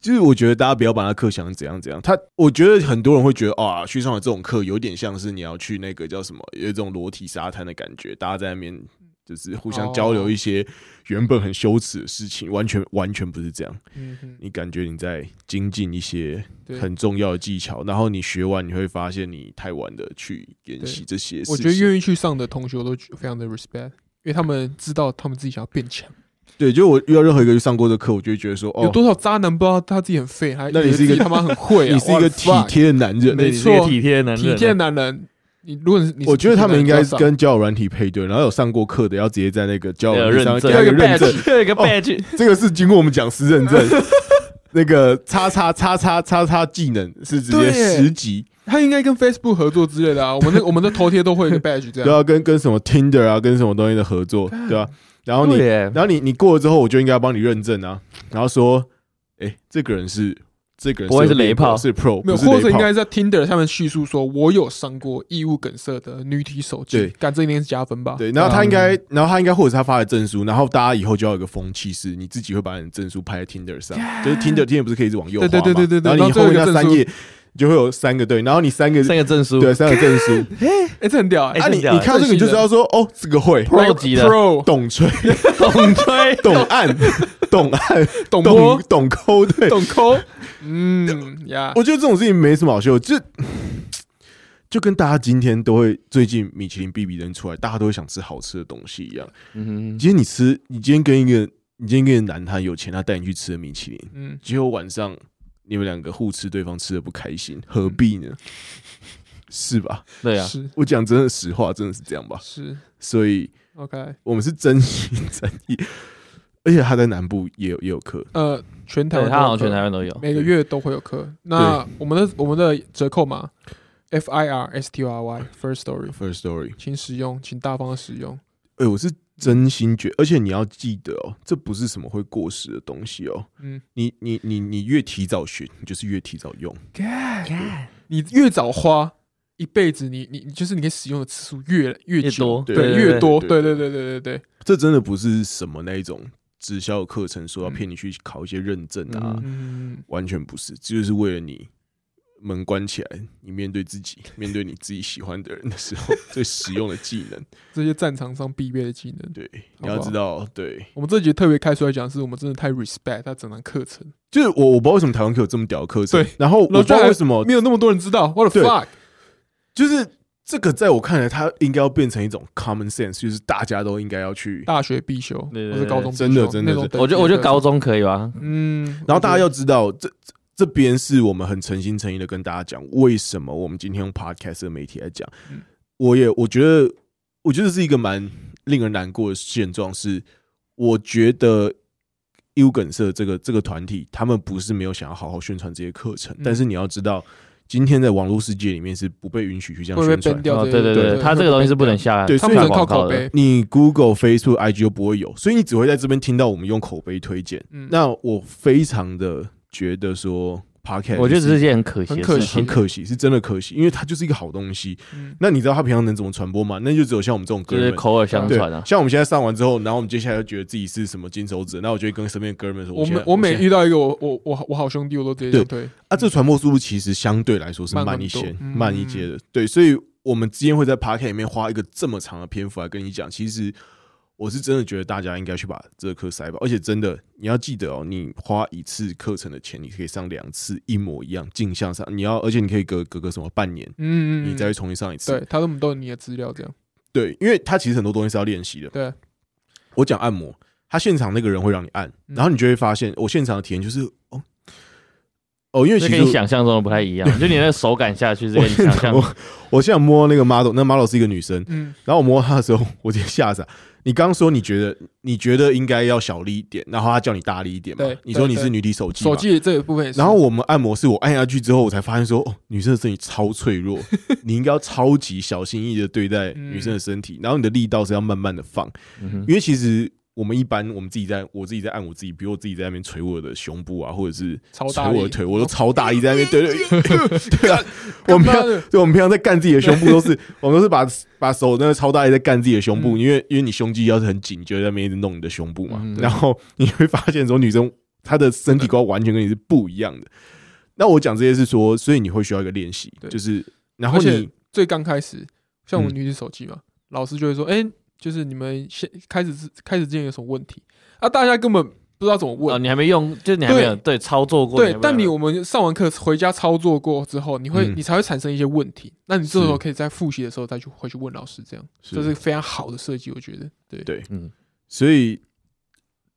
Speaker 1: 就是我觉得大家不要把他课想成怎样怎样。他我觉得很多人会觉得啊，去上了这种课有点像是你要去那个叫什么，有一种裸体沙滩的感觉，大家在那边就是互相交
Speaker 2: 哦
Speaker 1: 流一些原本很羞耻的事情，完全完全不是这样。
Speaker 2: 嗯哼，
Speaker 1: 你感觉你在精进一些
Speaker 2: 对
Speaker 1: 很重要的技巧，然后你学完，你会发现你太晚的去研习这些事情。
Speaker 2: 我觉得愿意去上的同学，我都非常的 respect，因为他们知道他们自己想要变强。
Speaker 1: 对，就我遇到任何一个去上过的课，我就会觉得说，
Speaker 2: 有
Speaker 1: 哦，
Speaker 2: 多少渣男不知道他自己很废，还
Speaker 1: 那你
Speaker 2: 以为
Speaker 1: 是一
Speaker 2: 自己
Speaker 1: 个
Speaker 2: 他妈很会啊！
Speaker 1: 你是一个
Speaker 2: What the
Speaker 1: 体
Speaker 2: fuck？
Speaker 1: 贴的男人。
Speaker 2: 没
Speaker 3: 你是一个
Speaker 2: 错
Speaker 3: 体贴的男人
Speaker 2: 体
Speaker 3: 啊，
Speaker 2: 贴的男人。你如果你你是
Speaker 1: 我觉得他们应该
Speaker 2: 体
Speaker 1: 是
Speaker 2: 贴的
Speaker 1: 跟交友软体配对，然后有上过课的要直接在那个交友
Speaker 3: 要有
Speaker 1: 软体上
Speaker 3: 认证，
Speaker 1: 加
Speaker 3: 要
Speaker 1: 一
Speaker 3: 有
Speaker 1: 个
Speaker 3: 一个
Speaker 1: 认证，
Speaker 3: badge，要有一个
Speaker 1: 哦
Speaker 3: badge，
Speaker 1: 这个是经过我们讲师认证，那个叉叉叉叉叉叉技能是直接
Speaker 2: 对耶
Speaker 1: 十级，
Speaker 2: 不要上他应该跟 Facebook 合作之类的啊。我们那我们的头贴都会有 一个 badge 这
Speaker 1: 都
Speaker 2: 样。
Speaker 1: 要啊跟跟什么 Tinder 啊，跟什么东西的合作，对吧、然后你
Speaker 3: 对，耶
Speaker 1: 然后你你过了之后，我就应该要帮你认证啊，然后说，哎，这个人是这个人
Speaker 3: 不会是雷
Speaker 1: 有
Speaker 3: 炮
Speaker 1: 是 Pro，
Speaker 2: 没
Speaker 1: 不
Speaker 2: 有，
Speaker 1: 是
Speaker 2: 或
Speaker 1: 雷
Speaker 2: 者应
Speaker 1: 炮
Speaker 2: 该在 Tinder 上面叙述说，我有上过义务梗塞的女体手机
Speaker 1: 对，
Speaker 2: 干这一定是加分吧？啊
Speaker 1: 对，然后他应该，然后他应该，或者是他发的证书，然后大家以后就要有一个风气，是你自己会把你的证书拍在 Tinder 上，就是 Tinder Tinder 不是可以一直往右滑
Speaker 2: 对
Speaker 1: 嘛？
Speaker 2: 对对对对对
Speaker 1: 然后你
Speaker 2: 然后
Speaker 1: 后面
Speaker 2: 最后一
Speaker 1: 那
Speaker 2: 个
Speaker 1: 三
Speaker 2: 证书
Speaker 1: 页你就会有三个对，然后你 三个
Speaker 3: 三个证 书
Speaker 1: 对三个证 书，
Speaker 2: 哎，这很屌哎
Speaker 3: 哎
Speaker 1: 啊
Speaker 3: 真
Speaker 1: 你
Speaker 3: 的假的
Speaker 1: 你看到这个你就知道说哦，这个会
Speaker 3: ，Pro 级的，
Speaker 2: Pro
Speaker 1: 懂吹、
Speaker 3: 懂吹，
Speaker 1: 懂按、懂 按、
Speaker 2: 懂
Speaker 1: 懂
Speaker 2: 摸
Speaker 1: 懂抠，对，
Speaker 2: 懂 抠，嗯呀，
Speaker 1: 我觉得这种事情没什么好秀，就就跟大家今天都会最近米其林 B B 人出来，大家都会想吃好吃的东西一样。
Speaker 3: 嗯哼，
Speaker 1: 今天你吃，你今天跟一个，你今天跟一个男他有钱，他带你去吃了米其林，
Speaker 2: 嗯，
Speaker 1: 结果晚上你们两个互吃对方吃的不开心，何必呢？是吧？
Speaker 3: 对啊，
Speaker 2: 是
Speaker 1: 我讲真的实话，真的是这样吧？
Speaker 2: 是
Speaker 1: 所以
Speaker 2: OK，
Speaker 1: 我们是真心真意，而且他在南部也有也有课，
Speaker 2: 呃，全台
Speaker 3: 对
Speaker 2: 湾
Speaker 3: 他好像
Speaker 2: 都
Speaker 3: 全
Speaker 2: 有课
Speaker 3: 台湾都有，
Speaker 2: 每个月都会有课。那我们的我们的折扣码 F I R S T O R Y First Story，
Speaker 1: First Story。
Speaker 2: 请使用，请大方的使用。
Speaker 1: 哎、我是真心觉而且你要记得哦，这不是什么会过时的东西哦。
Speaker 2: 嗯，
Speaker 1: 你你你你越提早学，你就是越提早用。
Speaker 2: 你越早花，一辈子你你你就是你可以使用的次数越越
Speaker 3: 越
Speaker 2: 久，
Speaker 3: 多，
Speaker 1: 对
Speaker 2: 对，越多，对
Speaker 1: 对
Speaker 2: 对对对对对，
Speaker 1: 这真的不是什么那一种直销课程，说要骗你去考一些认证啊，
Speaker 3: 嗯
Speaker 2: 嗯，
Speaker 1: 完全不是，这就是为了你门关起来，你面对自己，面对你自己喜欢的人的时候，最实用的技能。
Speaker 2: 这些战场上必备的技能。
Speaker 1: 对，你
Speaker 2: 好不好
Speaker 1: 要知道，对，
Speaker 2: 我们这节特别开出来讲，是我们真的太 respect 他整堂课程，
Speaker 1: 就是我我不知道为什么台湾可以有这么屌的课程，
Speaker 2: 对，
Speaker 1: 然后我不知道为什么
Speaker 2: 没有那么多人知道，what
Speaker 1: 对
Speaker 2: the fuck？
Speaker 1: 就是这个，在我看来，它应该要变成一种 common sense，就是大家都应该要去，
Speaker 2: 大学必修，
Speaker 3: 对对
Speaker 2: 或者高中必修
Speaker 1: 真的真的
Speaker 2: 那种
Speaker 1: 真
Speaker 2: 等级
Speaker 3: 我觉得我觉
Speaker 2: 课程
Speaker 3: 得高，中可以吧，
Speaker 2: 嗯，
Speaker 1: 然后大家
Speaker 2: 要
Speaker 1: 要知道，这这这边是我们很诚心诚意的跟大家讲，为什么我们今天用 podcast 的媒体来讲
Speaker 2: 嗯。
Speaker 1: 我也我觉得，我觉得是一个蛮令人难过的现状，是我觉得。U 梗社这个这个团体，他们不是没有想要好好宣传这些课程，
Speaker 2: 嗯
Speaker 1: 但是你要知道，今天在网络世界里面是不被允许去这样
Speaker 2: 会
Speaker 1: 宣
Speaker 2: 被
Speaker 1: 传
Speaker 2: ban
Speaker 1: 的。
Speaker 2: 掉
Speaker 3: 哦
Speaker 2: 这
Speaker 3: 对
Speaker 2: 个
Speaker 3: 对
Speaker 1: 对
Speaker 3: 对，
Speaker 2: 对
Speaker 3: 他这个东西是不能下
Speaker 1: 对
Speaker 2: 他
Speaker 1: 所
Speaker 3: 下
Speaker 1: 以
Speaker 2: 们只能靠
Speaker 3: 广
Speaker 2: 口
Speaker 3: 告的，
Speaker 2: 碑，
Speaker 1: 你 Google、Facebook、IG 都不会有，所以你只会在这边听到我们用口碑推荐。
Speaker 2: 嗯
Speaker 1: 那我非常的觉得说，Podcast，
Speaker 3: 我觉得这是件很可惜
Speaker 2: 很
Speaker 3: 的
Speaker 2: 可
Speaker 3: 事
Speaker 1: 是
Speaker 2: 惜
Speaker 1: 很。
Speaker 3: 情
Speaker 1: 可惜，是真的可惜，因为它就是一个好东西。
Speaker 2: 嗯
Speaker 1: 那你知道它平常能怎么传播吗？那就只有像我们这种哥
Speaker 3: 就是
Speaker 1: 们。
Speaker 3: 口耳相
Speaker 1: 对
Speaker 3: 传啊，，
Speaker 1: 像我们现在上完之后，然后我们接下来就觉得自己是什么金手指，那我就会跟身边的哥们说，
Speaker 2: 我
Speaker 1: 现
Speaker 2: 每
Speaker 1: 在
Speaker 2: 我每
Speaker 1: 现在
Speaker 2: 遇到一个我我我我好兄弟，我都直接就推。
Speaker 1: 啊，这传播速度其实相对来说是
Speaker 2: 慢
Speaker 1: 慢
Speaker 2: 很
Speaker 1: 一些
Speaker 2: 多、嗯
Speaker 1: 慢一些的。对，所以我们今天会在 Podcast 里面花一个这么长的篇幅来跟你讲，其实我是真的觉得大家应该去把这个课塞吧，而且真的你要记得哦，你花一次课程的钱，你可以上两次一模一样镜像上，你要而且你可以隔隔个什么半年，
Speaker 2: 嗯，嗯
Speaker 1: 你再去重新上一次。
Speaker 2: 对他们都有你的资料这样。
Speaker 1: 对，因为它其实很多东西是要练习的。
Speaker 2: 对，
Speaker 1: 我讲按摩，他现场那个人会让你按，
Speaker 2: 嗯
Speaker 1: 然后你就会发现，我现场的体验就是哦哦，因为
Speaker 3: 这
Speaker 1: 其
Speaker 3: 跟你
Speaker 1: 实
Speaker 3: 想象中的不太一样，就你那个手感下去是跟你想象，
Speaker 1: 我我现在摸那个 model，那 model 是一个女生，
Speaker 2: 嗯，
Speaker 1: 然后我摸她的时候，我直接吓傻。你刚刚说你觉得你觉得应该要小力一点，然后她叫你大力一点嘛
Speaker 2: 对？
Speaker 1: 你说你
Speaker 2: 对
Speaker 1: 是女体手机，
Speaker 2: 手。机这一部分也是。
Speaker 1: 然后我们按摩是我按下去之后，我才发现说，哦，女生的身体超脆 弱，你应该要超级小心翼翼的对待
Speaker 2: 嗯
Speaker 1: 女生的身体，然后你的力道是要慢慢的放，
Speaker 3: 嗯哼
Speaker 1: 因为其实我们一般我们自己在我自己在按我自己，比如我自己在那边捶我的胸部啊，或者是
Speaker 2: 超
Speaker 1: 捶
Speaker 2: 大
Speaker 1: 我的
Speaker 2: 力
Speaker 1: 腿，我都超大力在那边，对 对对啊，
Speaker 2: 干
Speaker 1: 我们平
Speaker 2: 嘛
Speaker 1: 常
Speaker 2: 的
Speaker 1: 对我们平常在干自己的胸部 都是，我们都是把把手那个超大力在干自己的胸部，
Speaker 2: 嗯
Speaker 1: 因为因为你胸肌要是很紧，你就会在那边一直弄你的胸部嘛，
Speaker 3: 嗯
Speaker 1: 然后你会发现说女生她的身体构造完全跟你是不一样的。那我讲这些是说，所以你会需要一个练习，
Speaker 2: 对
Speaker 1: 就是然后
Speaker 2: 而且
Speaker 1: 你
Speaker 2: 最刚开始，像我
Speaker 1: 嗯
Speaker 2: 们女子手机嘛，老师就会说：“哎，就是你们先开始之开始之前有什么问题啊？大家根本不知道怎么问
Speaker 3: 哦，，你还没用，就是你还没有对操作过。
Speaker 2: 对
Speaker 3: 还，没有
Speaker 2: 但你我们上完课回家操作过之后，你会、
Speaker 1: 嗯
Speaker 2: 你才会产生一些问题。那你这时候
Speaker 1: 是
Speaker 2: 可以在复习的时候再去回去问老师，这样
Speaker 1: 是
Speaker 2: 这是非常好的设计，我觉得。对
Speaker 1: 对
Speaker 3: 嗯，
Speaker 1: 所以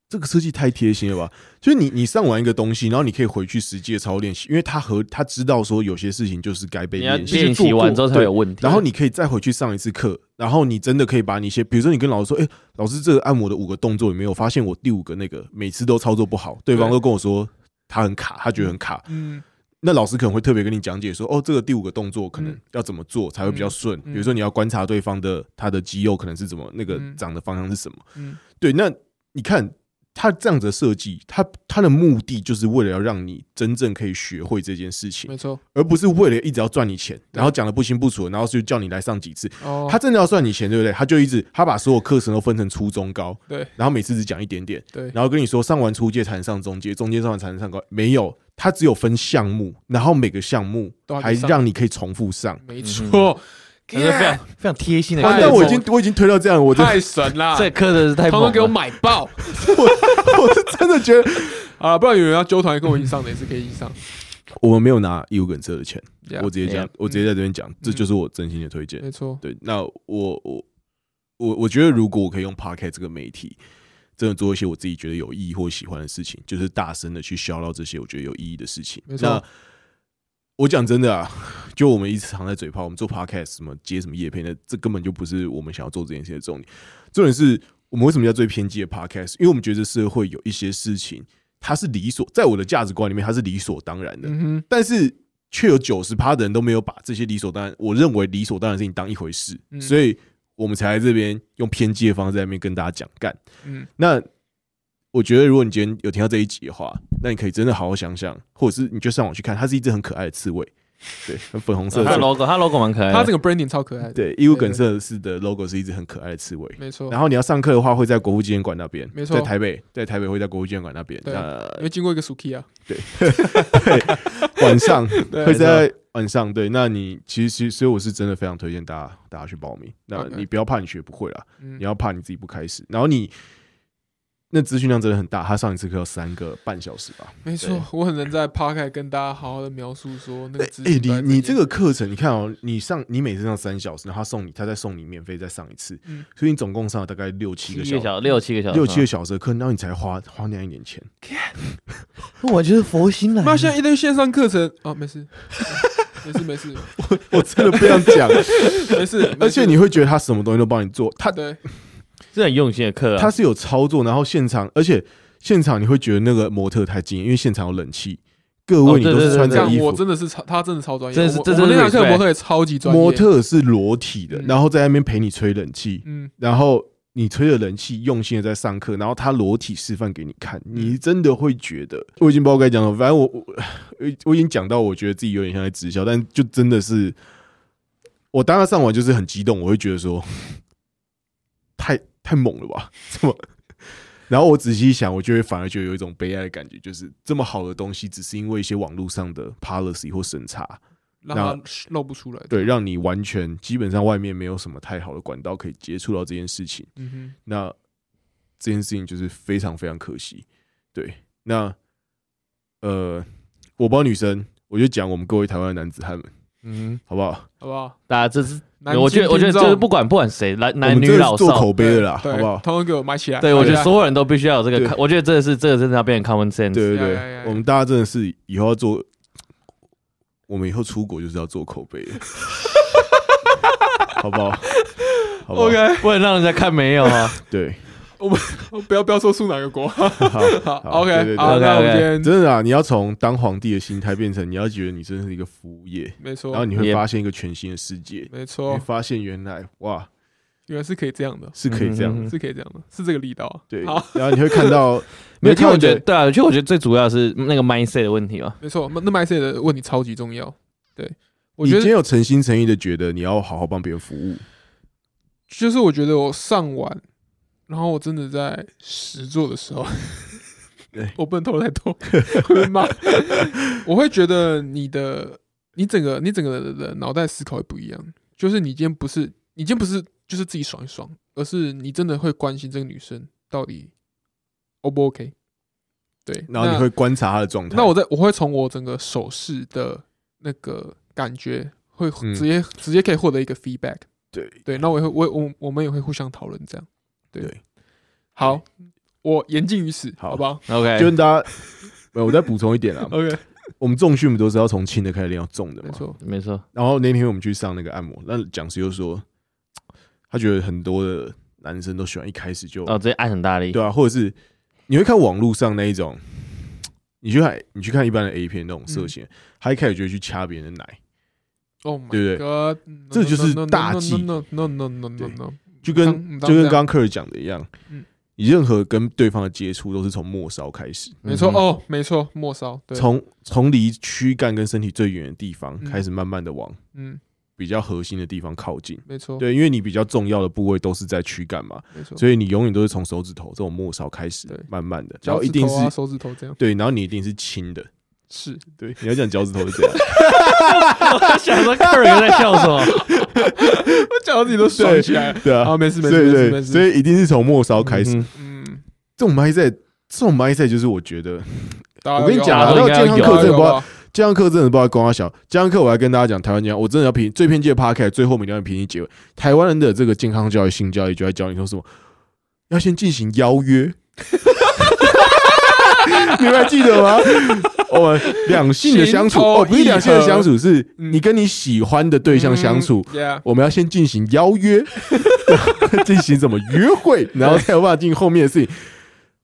Speaker 1: 这个设计太贴心了吧？就是你你上完一个东西，然后你可以回去实际的操练习，因为他和他知道说有些事情就是该被
Speaker 3: 你要
Speaker 1: 练习
Speaker 3: 练习完之后才
Speaker 1: 对
Speaker 3: 会有问题。
Speaker 1: 然后你可以再回去上一次课，然后你真的可以把你一些，比如说你跟老师说，哎、老师这个按摩的五个动作里面，我发现我第五个那个每次都操作不好，对方
Speaker 2: 对
Speaker 1: 都跟我说他很卡，他觉得很卡。
Speaker 2: 嗯，
Speaker 1: 那老师可能会特别跟你讲解说，哦，这个第五个动作可能
Speaker 2: 嗯
Speaker 1: 要怎么做才会比较顺，
Speaker 2: 嗯
Speaker 1: 比如说你要观察对方的他的肌肉可能是怎么那个
Speaker 2: 嗯
Speaker 1: 长的方向是什么。
Speaker 2: 嗯
Speaker 1: 对，那你看他这样子的设计，他他的目的就是为了要让你真正可以学会这件事情
Speaker 2: 没，错。
Speaker 1: 而不是为了一直要赚你钱，然后讲的不清不楚，然后就叫你来上几次。
Speaker 2: 哦，
Speaker 1: 他真的要算你钱，对不对？他就一直他把所有课程都分成初中高，
Speaker 2: 对
Speaker 1: 然后每次只讲一点点，
Speaker 2: 对
Speaker 1: 然后跟你说上完初阶才能上中阶，中阶上完才能上高，没有，他只有分项目，然后每个项目
Speaker 2: 都还
Speaker 1: 还
Speaker 2: 可以上
Speaker 1: 让你可以重复上。
Speaker 2: 没错，
Speaker 3: 这是
Speaker 2: 哎
Speaker 3: 非常非常贴心的课
Speaker 1: 哇
Speaker 3: 程。
Speaker 2: 太
Speaker 1: 那哦我已
Speaker 2: 重
Speaker 1: 经我已经推到这样了，我真的
Speaker 2: 太神 啦！
Speaker 3: 这课真的是太
Speaker 2: 通通
Speaker 3: 猛了，
Speaker 2: 给我买爆
Speaker 1: 我是真的觉得
Speaker 2: 啊！不然有人要纠团跟我一起 上的，也是可以一起上。
Speaker 1: 我们没有拿义务梗车的钱，
Speaker 2: 这样
Speaker 1: 我直接讲
Speaker 3: Yeah，
Speaker 1: 我直接在这边讲，
Speaker 2: 嗯
Speaker 1: 这就是我真心的推荐。
Speaker 2: 没错，
Speaker 1: 对，那我我我我觉得，如果我可以用 Pocket 这个媒体，真的做一些我自己觉得有意义或喜欢的事情，就是大声的去消到这些我觉得有意义的事情。
Speaker 2: 没错
Speaker 1: 那我讲真的啊，就我们一直常在嘴炮，我们做 Podcast 什么接什么叶片的，这根本就不是我们想要做这件事的重点。重点是我们为什么叫最偏激的 Podcast？因为我们觉得社会有一些事情，它是理所，在我的价值观里面，它是理所当然的。
Speaker 2: 嗯哼，
Speaker 1: 但是却有九十趴的人都没有把这些理所当然，我认为理所当然的事情当一回事，
Speaker 2: 嗯
Speaker 1: 所以我们才在这边用偏激的方式在那边跟大家讲干。
Speaker 2: 嗯，
Speaker 1: 那我觉得，如果你今天有听到这一集的话，那你可以真的好好想想，或者是你就上网去看，它是一只很可爱的刺猬， 对，很粉红色
Speaker 3: 它的
Speaker 1: 的。
Speaker 3: logo，它 logo 蛮可爱的。
Speaker 2: 他这个 branding 超可爱的，
Speaker 1: 对，义务梗社是的 logo 是一只很可爱的刺猬。
Speaker 2: 没错。
Speaker 1: 然后你要上课的话，会在国父纪念馆那边，
Speaker 2: 没错
Speaker 1: 在台北，在台北会在国父纪念馆那边。
Speaker 2: 对
Speaker 1: 那
Speaker 2: 因为经过一个 Suki 啊，
Speaker 1: 晚上
Speaker 2: 对
Speaker 1: 会在晚上对，那你其实其实所以我是真的非常推荐大家大家去报名。那
Speaker 2: OK
Speaker 1: 你不要怕你学不会啦，
Speaker 2: 嗯
Speaker 1: 你，要怕你自己不开始。然后你那资讯量真的很大，他上一次课要三个半小时吧？
Speaker 2: 没错
Speaker 1: 对，
Speaker 2: 我很能在 Park 开跟大家好好的描述说那
Speaker 1: 哎
Speaker 2: 个知、识
Speaker 1: 哎
Speaker 2: 到底怎样。
Speaker 1: 你你这个课程，你看哦，你上你每次上三小时，然后他送你，他再送你免费再上一次，
Speaker 2: 嗯
Speaker 1: 所以你总共上了大概六七个
Speaker 3: 七
Speaker 1: 小
Speaker 3: 个
Speaker 1: 时。
Speaker 3: 小六七个小时，嗯
Speaker 1: 六七个小时的课，然后你才花花那样一点钱，
Speaker 3: 我完全是佛心啊来
Speaker 2: 妈，现在一堆线上课程啊，没事，没事没事
Speaker 1: 我真的不想讲。
Speaker 2: 没事，
Speaker 1: 而且
Speaker 2: 没事
Speaker 1: 你会觉得他什么东西都帮你做，他
Speaker 2: 对
Speaker 3: 是很用心的课啊。
Speaker 1: 它是有操作，然后现场，而且现场你会觉得那个模特太惊艳，因为现场有冷气，各
Speaker 3: 哦
Speaker 1: 位你
Speaker 3: 对
Speaker 1: 都是
Speaker 3: 对
Speaker 1: 穿
Speaker 2: 这
Speaker 1: 着
Speaker 2: 样
Speaker 1: 衣
Speaker 2: 我
Speaker 1: 服，
Speaker 2: 真的是超，他真的超专业，
Speaker 3: 真是
Speaker 2: 我
Speaker 3: 这
Speaker 2: 我
Speaker 3: 真是
Speaker 2: 那堂课
Speaker 3: respect
Speaker 2: 模特也超级专业，
Speaker 1: 模特是裸体的，
Speaker 2: 嗯
Speaker 1: 然后在那边陪你吹冷气，
Speaker 2: 嗯，
Speaker 1: 然后你吹着冷气，用心的在上课，然后他裸体示范给你看，你真的会觉得，我已经不知道该讲什么，反正我我我我已经讲到，我觉得自己有点像在直销，但就真的是，我当他上完就是很激动，我会觉得说， 太太猛了吧， 这么。然后我仔细一想，我就会反而觉得有一种悲哀的感觉，就是这么好的东西，只是因为一些网络上的 policy 或审查，
Speaker 2: 让
Speaker 1: 那
Speaker 2: 他露不出来，
Speaker 1: 对，让你完全基本上外面没有什么太好的管道可以接触到这件事情。
Speaker 2: 嗯哼，
Speaker 1: 那这件事情就是非常非常可惜。对，那呃，我帮女生，我就讲我们各位台湾的男子汉们，
Speaker 3: 嗯，
Speaker 1: 好不好？
Speaker 2: 好不好？
Speaker 3: 大家这是，
Speaker 2: 男
Speaker 3: 我觉得
Speaker 2: 性
Speaker 3: 我觉得
Speaker 2: 听众
Speaker 3: 就是不管不管谁，男
Speaker 1: 我
Speaker 3: 男
Speaker 1: 们
Speaker 3: 女
Speaker 1: 真的是
Speaker 3: 老
Speaker 1: 做
Speaker 3: 少，
Speaker 1: 口碑的啦，
Speaker 2: 对
Speaker 1: 好不好？
Speaker 2: 通通给我买起来，
Speaker 3: 对我觉
Speaker 2: 大
Speaker 3: 得
Speaker 2: 家
Speaker 3: 所有人都必须要有这
Speaker 1: 对
Speaker 3: 个看，我觉得这个是这个真的要变成 common sense。
Speaker 1: 对对
Speaker 2: 呀
Speaker 1: 对
Speaker 2: 呀呀，
Speaker 1: 我们大家真的是以后要做，我们以后出国就是要做口碑的，好不好？好不好
Speaker 2: OK，
Speaker 3: 不能让人家看没有啊！
Speaker 1: 对，
Speaker 2: 不要不要说出哪 个国，好
Speaker 1: 好好对对
Speaker 2: OK，
Speaker 1: 对
Speaker 2: 好，那我们
Speaker 3: OK，OK
Speaker 2: 今天
Speaker 1: 真的啊，你要从当皇帝的心态变成你要觉得你真的是一个服务业，
Speaker 2: 没
Speaker 1: 然后
Speaker 2: 错，
Speaker 1: 你会
Speaker 3: Yeah
Speaker 1: 发现一个全新的世界，
Speaker 2: 没
Speaker 1: 你会
Speaker 2: 错，
Speaker 1: 发现原来哇
Speaker 2: 原来是可以这样的，
Speaker 1: 是可以这样
Speaker 3: 嗯
Speaker 1: 子，
Speaker 2: 是可以这样的，是这个力道啊，
Speaker 1: 对，
Speaker 2: 好，
Speaker 1: 然后你会看到
Speaker 3: 没有，其实我
Speaker 1: 你会看到
Speaker 3: 觉得对啊，其实我觉得最主要的是那个 mindset 的问题吧。
Speaker 2: 没错，那那 m y s 的问题超级重要，对我
Speaker 1: 你
Speaker 2: 觉
Speaker 1: 今
Speaker 2: 得
Speaker 1: 天有诚心诚意的觉得你要好好帮别人服务，
Speaker 2: 就是我觉得我上完，然后我真的在实做的时候
Speaker 1: 对，
Speaker 2: 我不能透露太多，会被骂。我会觉得你的你整个你整个的脑袋思考会不一样，就是你今天不是你今天不是就是自己爽一爽，而是你真的会关心这个女生到底 O 不 OK。对，
Speaker 1: 然后你
Speaker 2: 那
Speaker 1: 会观察他的状态。
Speaker 2: 那我在我会从我整个手势的那个感觉，会
Speaker 1: 嗯
Speaker 2: 直接、直接可以获得一个 feedback。
Speaker 1: 对
Speaker 2: 对，那我也会我我我们也会互相讨论这样。对，
Speaker 1: 对
Speaker 2: 好，我言尽于此，
Speaker 1: 好
Speaker 2: 好不好。
Speaker 3: OK，
Speaker 1: 就跟大家，没有我再补充一点啦
Speaker 2: ？OK，
Speaker 1: 我们重训不都是要从轻的开始练到重的
Speaker 2: 没
Speaker 1: 嘛？
Speaker 2: 错，
Speaker 3: 没错，
Speaker 1: 然后那天我们去上那个按摩，那讲师就说，他觉得很多的男生都喜欢一开始就
Speaker 3: 哦，直接按很大力，
Speaker 1: 对啊，或者是你会看网络上那一种，你去看你去看一般的 A 片那种色情，他一开始就会去掐别人的奶，
Speaker 2: Oh my
Speaker 1: 对不对
Speaker 2: God，
Speaker 1: 这就是大忌
Speaker 2: No no no no no no
Speaker 1: 对
Speaker 2: no，
Speaker 1: 就跟
Speaker 2: 嗯
Speaker 1: 就跟刚刚克尔讲的一样
Speaker 2: 嗯，
Speaker 1: 你任何跟对方的接触都是从末梢开始，
Speaker 3: 嗯哼
Speaker 2: 没错，哦，没错，末梢，对，
Speaker 1: 从从离躯干跟身体最远的地方
Speaker 2: 嗯
Speaker 1: 开始，慢慢的往
Speaker 2: 嗯，
Speaker 1: 比较核心的地方靠近。
Speaker 2: 没错，
Speaker 1: 对，因为你比较重要的部位都是在躯干嘛，
Speaker 2: 没错，
Speaker 1: 所以你永远都是从手指头这种末梢开始
Speaker 2: 对，
Speaker 1: 慢慢的，然
Speaker 2: 脚
Speaker 1: 后
Speaker 2: 趾
Speaker 1: 一定
Speaker 2: 头啊
Speaker 1: 是
Speaker 2: 手指头这样，
Speaker 1: 对，然后你一定是轻的，
Speaker 2: 是
Speaker 1: 对，你要讲脚趾头是 这样，
Speaker 3: 我想说 Kirk 在笑什么？
Speaker 2: 我讲到自己都爽起来了。
Speaker 1: 对啊
Speaker 2: 啊，，没事没
Speaker 1: 对
Speaker 2: 事没
Speaker 1: 对对，
Speaker 2: 事没
Speaker 1: 所
Speaker 2: 事，
Speaker 1: 以一定是从末梢开始。
Speaker 3: 嗯
Speaker 2: 嗯，
Speaker 1: 这种 mindset，这种 mindset 就是我觉得
Speaker 2: 大家
Speaker 1: 我跟你
Speaker 2: 有
Speaker 1: 讲
Speaker 2: 啊
Speaker 3: 啊
Speaker 2: 有
Speaker 3: 那健康
Speaker 2: 有
Speaker 3: 课
Speaker 2: 啊
Speaker 1: 真的不
Speaker 2: 有
Speaker 1: 要
Speaker 2: 啊
Speaker 1: 这堂课真的不知道光他小。这堂课我还跟大家讲，台湾讲，我真的要评最偏激的 p a r k 最后面一定要评议结尾。台湾人的这个健康教育、性教育就在教你说什么，要先进行邀约。你们还记得吗？哦我们两性的相处，
Speaker 2: 情投
Speaker 1: 哦，不是两性的
Speaker 2: 意合
Speaker 1: 相处，是
Speaker 2: 嗯
Speaker 1: 你跟你喜欢的对象相处，
Speaker 2: 嗯，yeah，
Speaker 1: 我们要先进行邀约， 进行怎么约 会，然后才有办法进行后面的事情。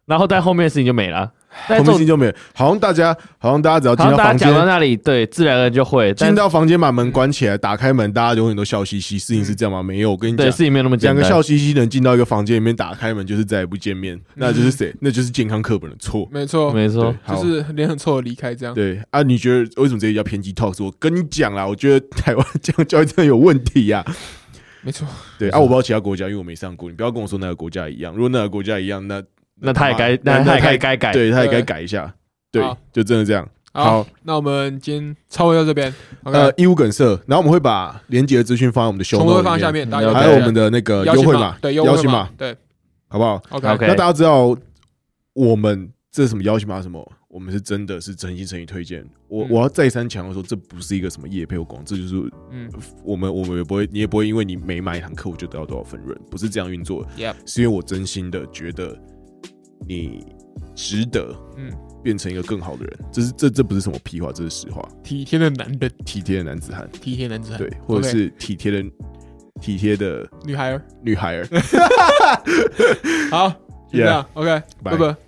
Speaker 3: 然后但后面的事情就没了，但
Speaker 1: 后面
Speaker 3: 这种
Speaker 1: 事情就没有，好像大家好像大家只要进
Speaker 3: 好像
Speaker 1: 到
Speaker 3: 大家
Speaker 1: 房
Speaker 3: 讲到
Speaker 1: 间，
Speaker 3: 那里，对，自然而然就会，但
Speaker 1: 进到房间把门关起来，打开门，大家永远都笑嘻嘻。事情是这样吗？没有，我跟你
Speaker 3: 对
Speaker 1: 讲
Speaker 3: 事，情没有那么简
Speaker 1: 两
Speaker 3: 单
Speaker 1: 个。笑嘻嘻的人进到一个房间里面，打开门就是再也不见面，那就是谁？那就是健康课本的错。
Speaker 2: 没错，
Speaker 3: 没错
Speaker 1: 对，，好
Speaker 2: 就是脸很臭的离开这样。
Speaker 1: 对啊，你觉得为什么这个叫偏激 talk？我跟你讲啦，我觉得台湾这样教育真的有问题呀、
Speaker 2: 没错，
Speaker 1: 对啊，我不知道其他国家，因为我没上过，你不要跟我说那个国家一样。如果那个国家一样，那
Speaker 3: 那他也该，
Speaker 1: 那
Speaker 3: 那
Speaker 1: 那
Speaker 3: 他也该该改。
Speaker 1: 对他也该
Speaker 2: 对
Speaker 1: 改一下。对
Speaker 2: 好，
Speaker 1: 就真的这样。好
Speaker 2: 好，那我们今天超过到这边
Speaker 1: 呃
Speaker 2: ，OK，，
Speaker 1: 义务梗塞，然后我们会把连接的资讯放在我们的 show
Speaker 2: 全部
Speaker 1: note
Speaker 2: 会
Speaker 1: 里
Speaker 2: 放
Speaker 1: 面
Speaker 2: 下面，大家
Speaker 3: 嗯
Speaker 2: 有
Speaker 1: 还有我们的那个
Speaker 2: 邀
Speaker 1: 优
Speaker 2: 请
Speaker 1: 惠
Speaker 2: 码
Speaker 1: 码，，
Speaker 2: 对，
Speaker 1: 邀
Speaker 2: 优惠
Speaker 1: 请码，
Speaker 2: 对
Speaker 1: 好不好？
Speaker 2: ，OK
Speaker 3: OK
Speaker 1: 那大家知道我们这是什么邀请码？什么？我们是真的是诚心诚意推荐。我
Speaker 2: 嗯
Speaker 1: 我要再三强调说，这不是一个什么业配或广告，这就是
Speaker 2: 嗯
Speaker 1: 我们我们也不会，你也不会因为你每买一堂课我就得到多少分润，不是这样运作的。
Speaker 2: ，Yep，
Speaker 1: 是因为我真心的觉得你值得
Speaker 2: 嗯，
Speaker 1: 变成一个更好的人。这是这这不是什么屁话，这是实话。
Speaker 2: 体贴的男人，
Speaker 1: 体贴的男子汉，
Speaker 2: 体贴男子汉，
Speaker 1: 对，或者
Speaker 2: OK
Speaker 1: 是体贴的体贴的
Speaker 2: 女孩儿，
Speaker 1: 女孩儿。
Speaker 2: 好，就这样，OK，
Speaker 1: 拜
Speaker 2: 拜拜。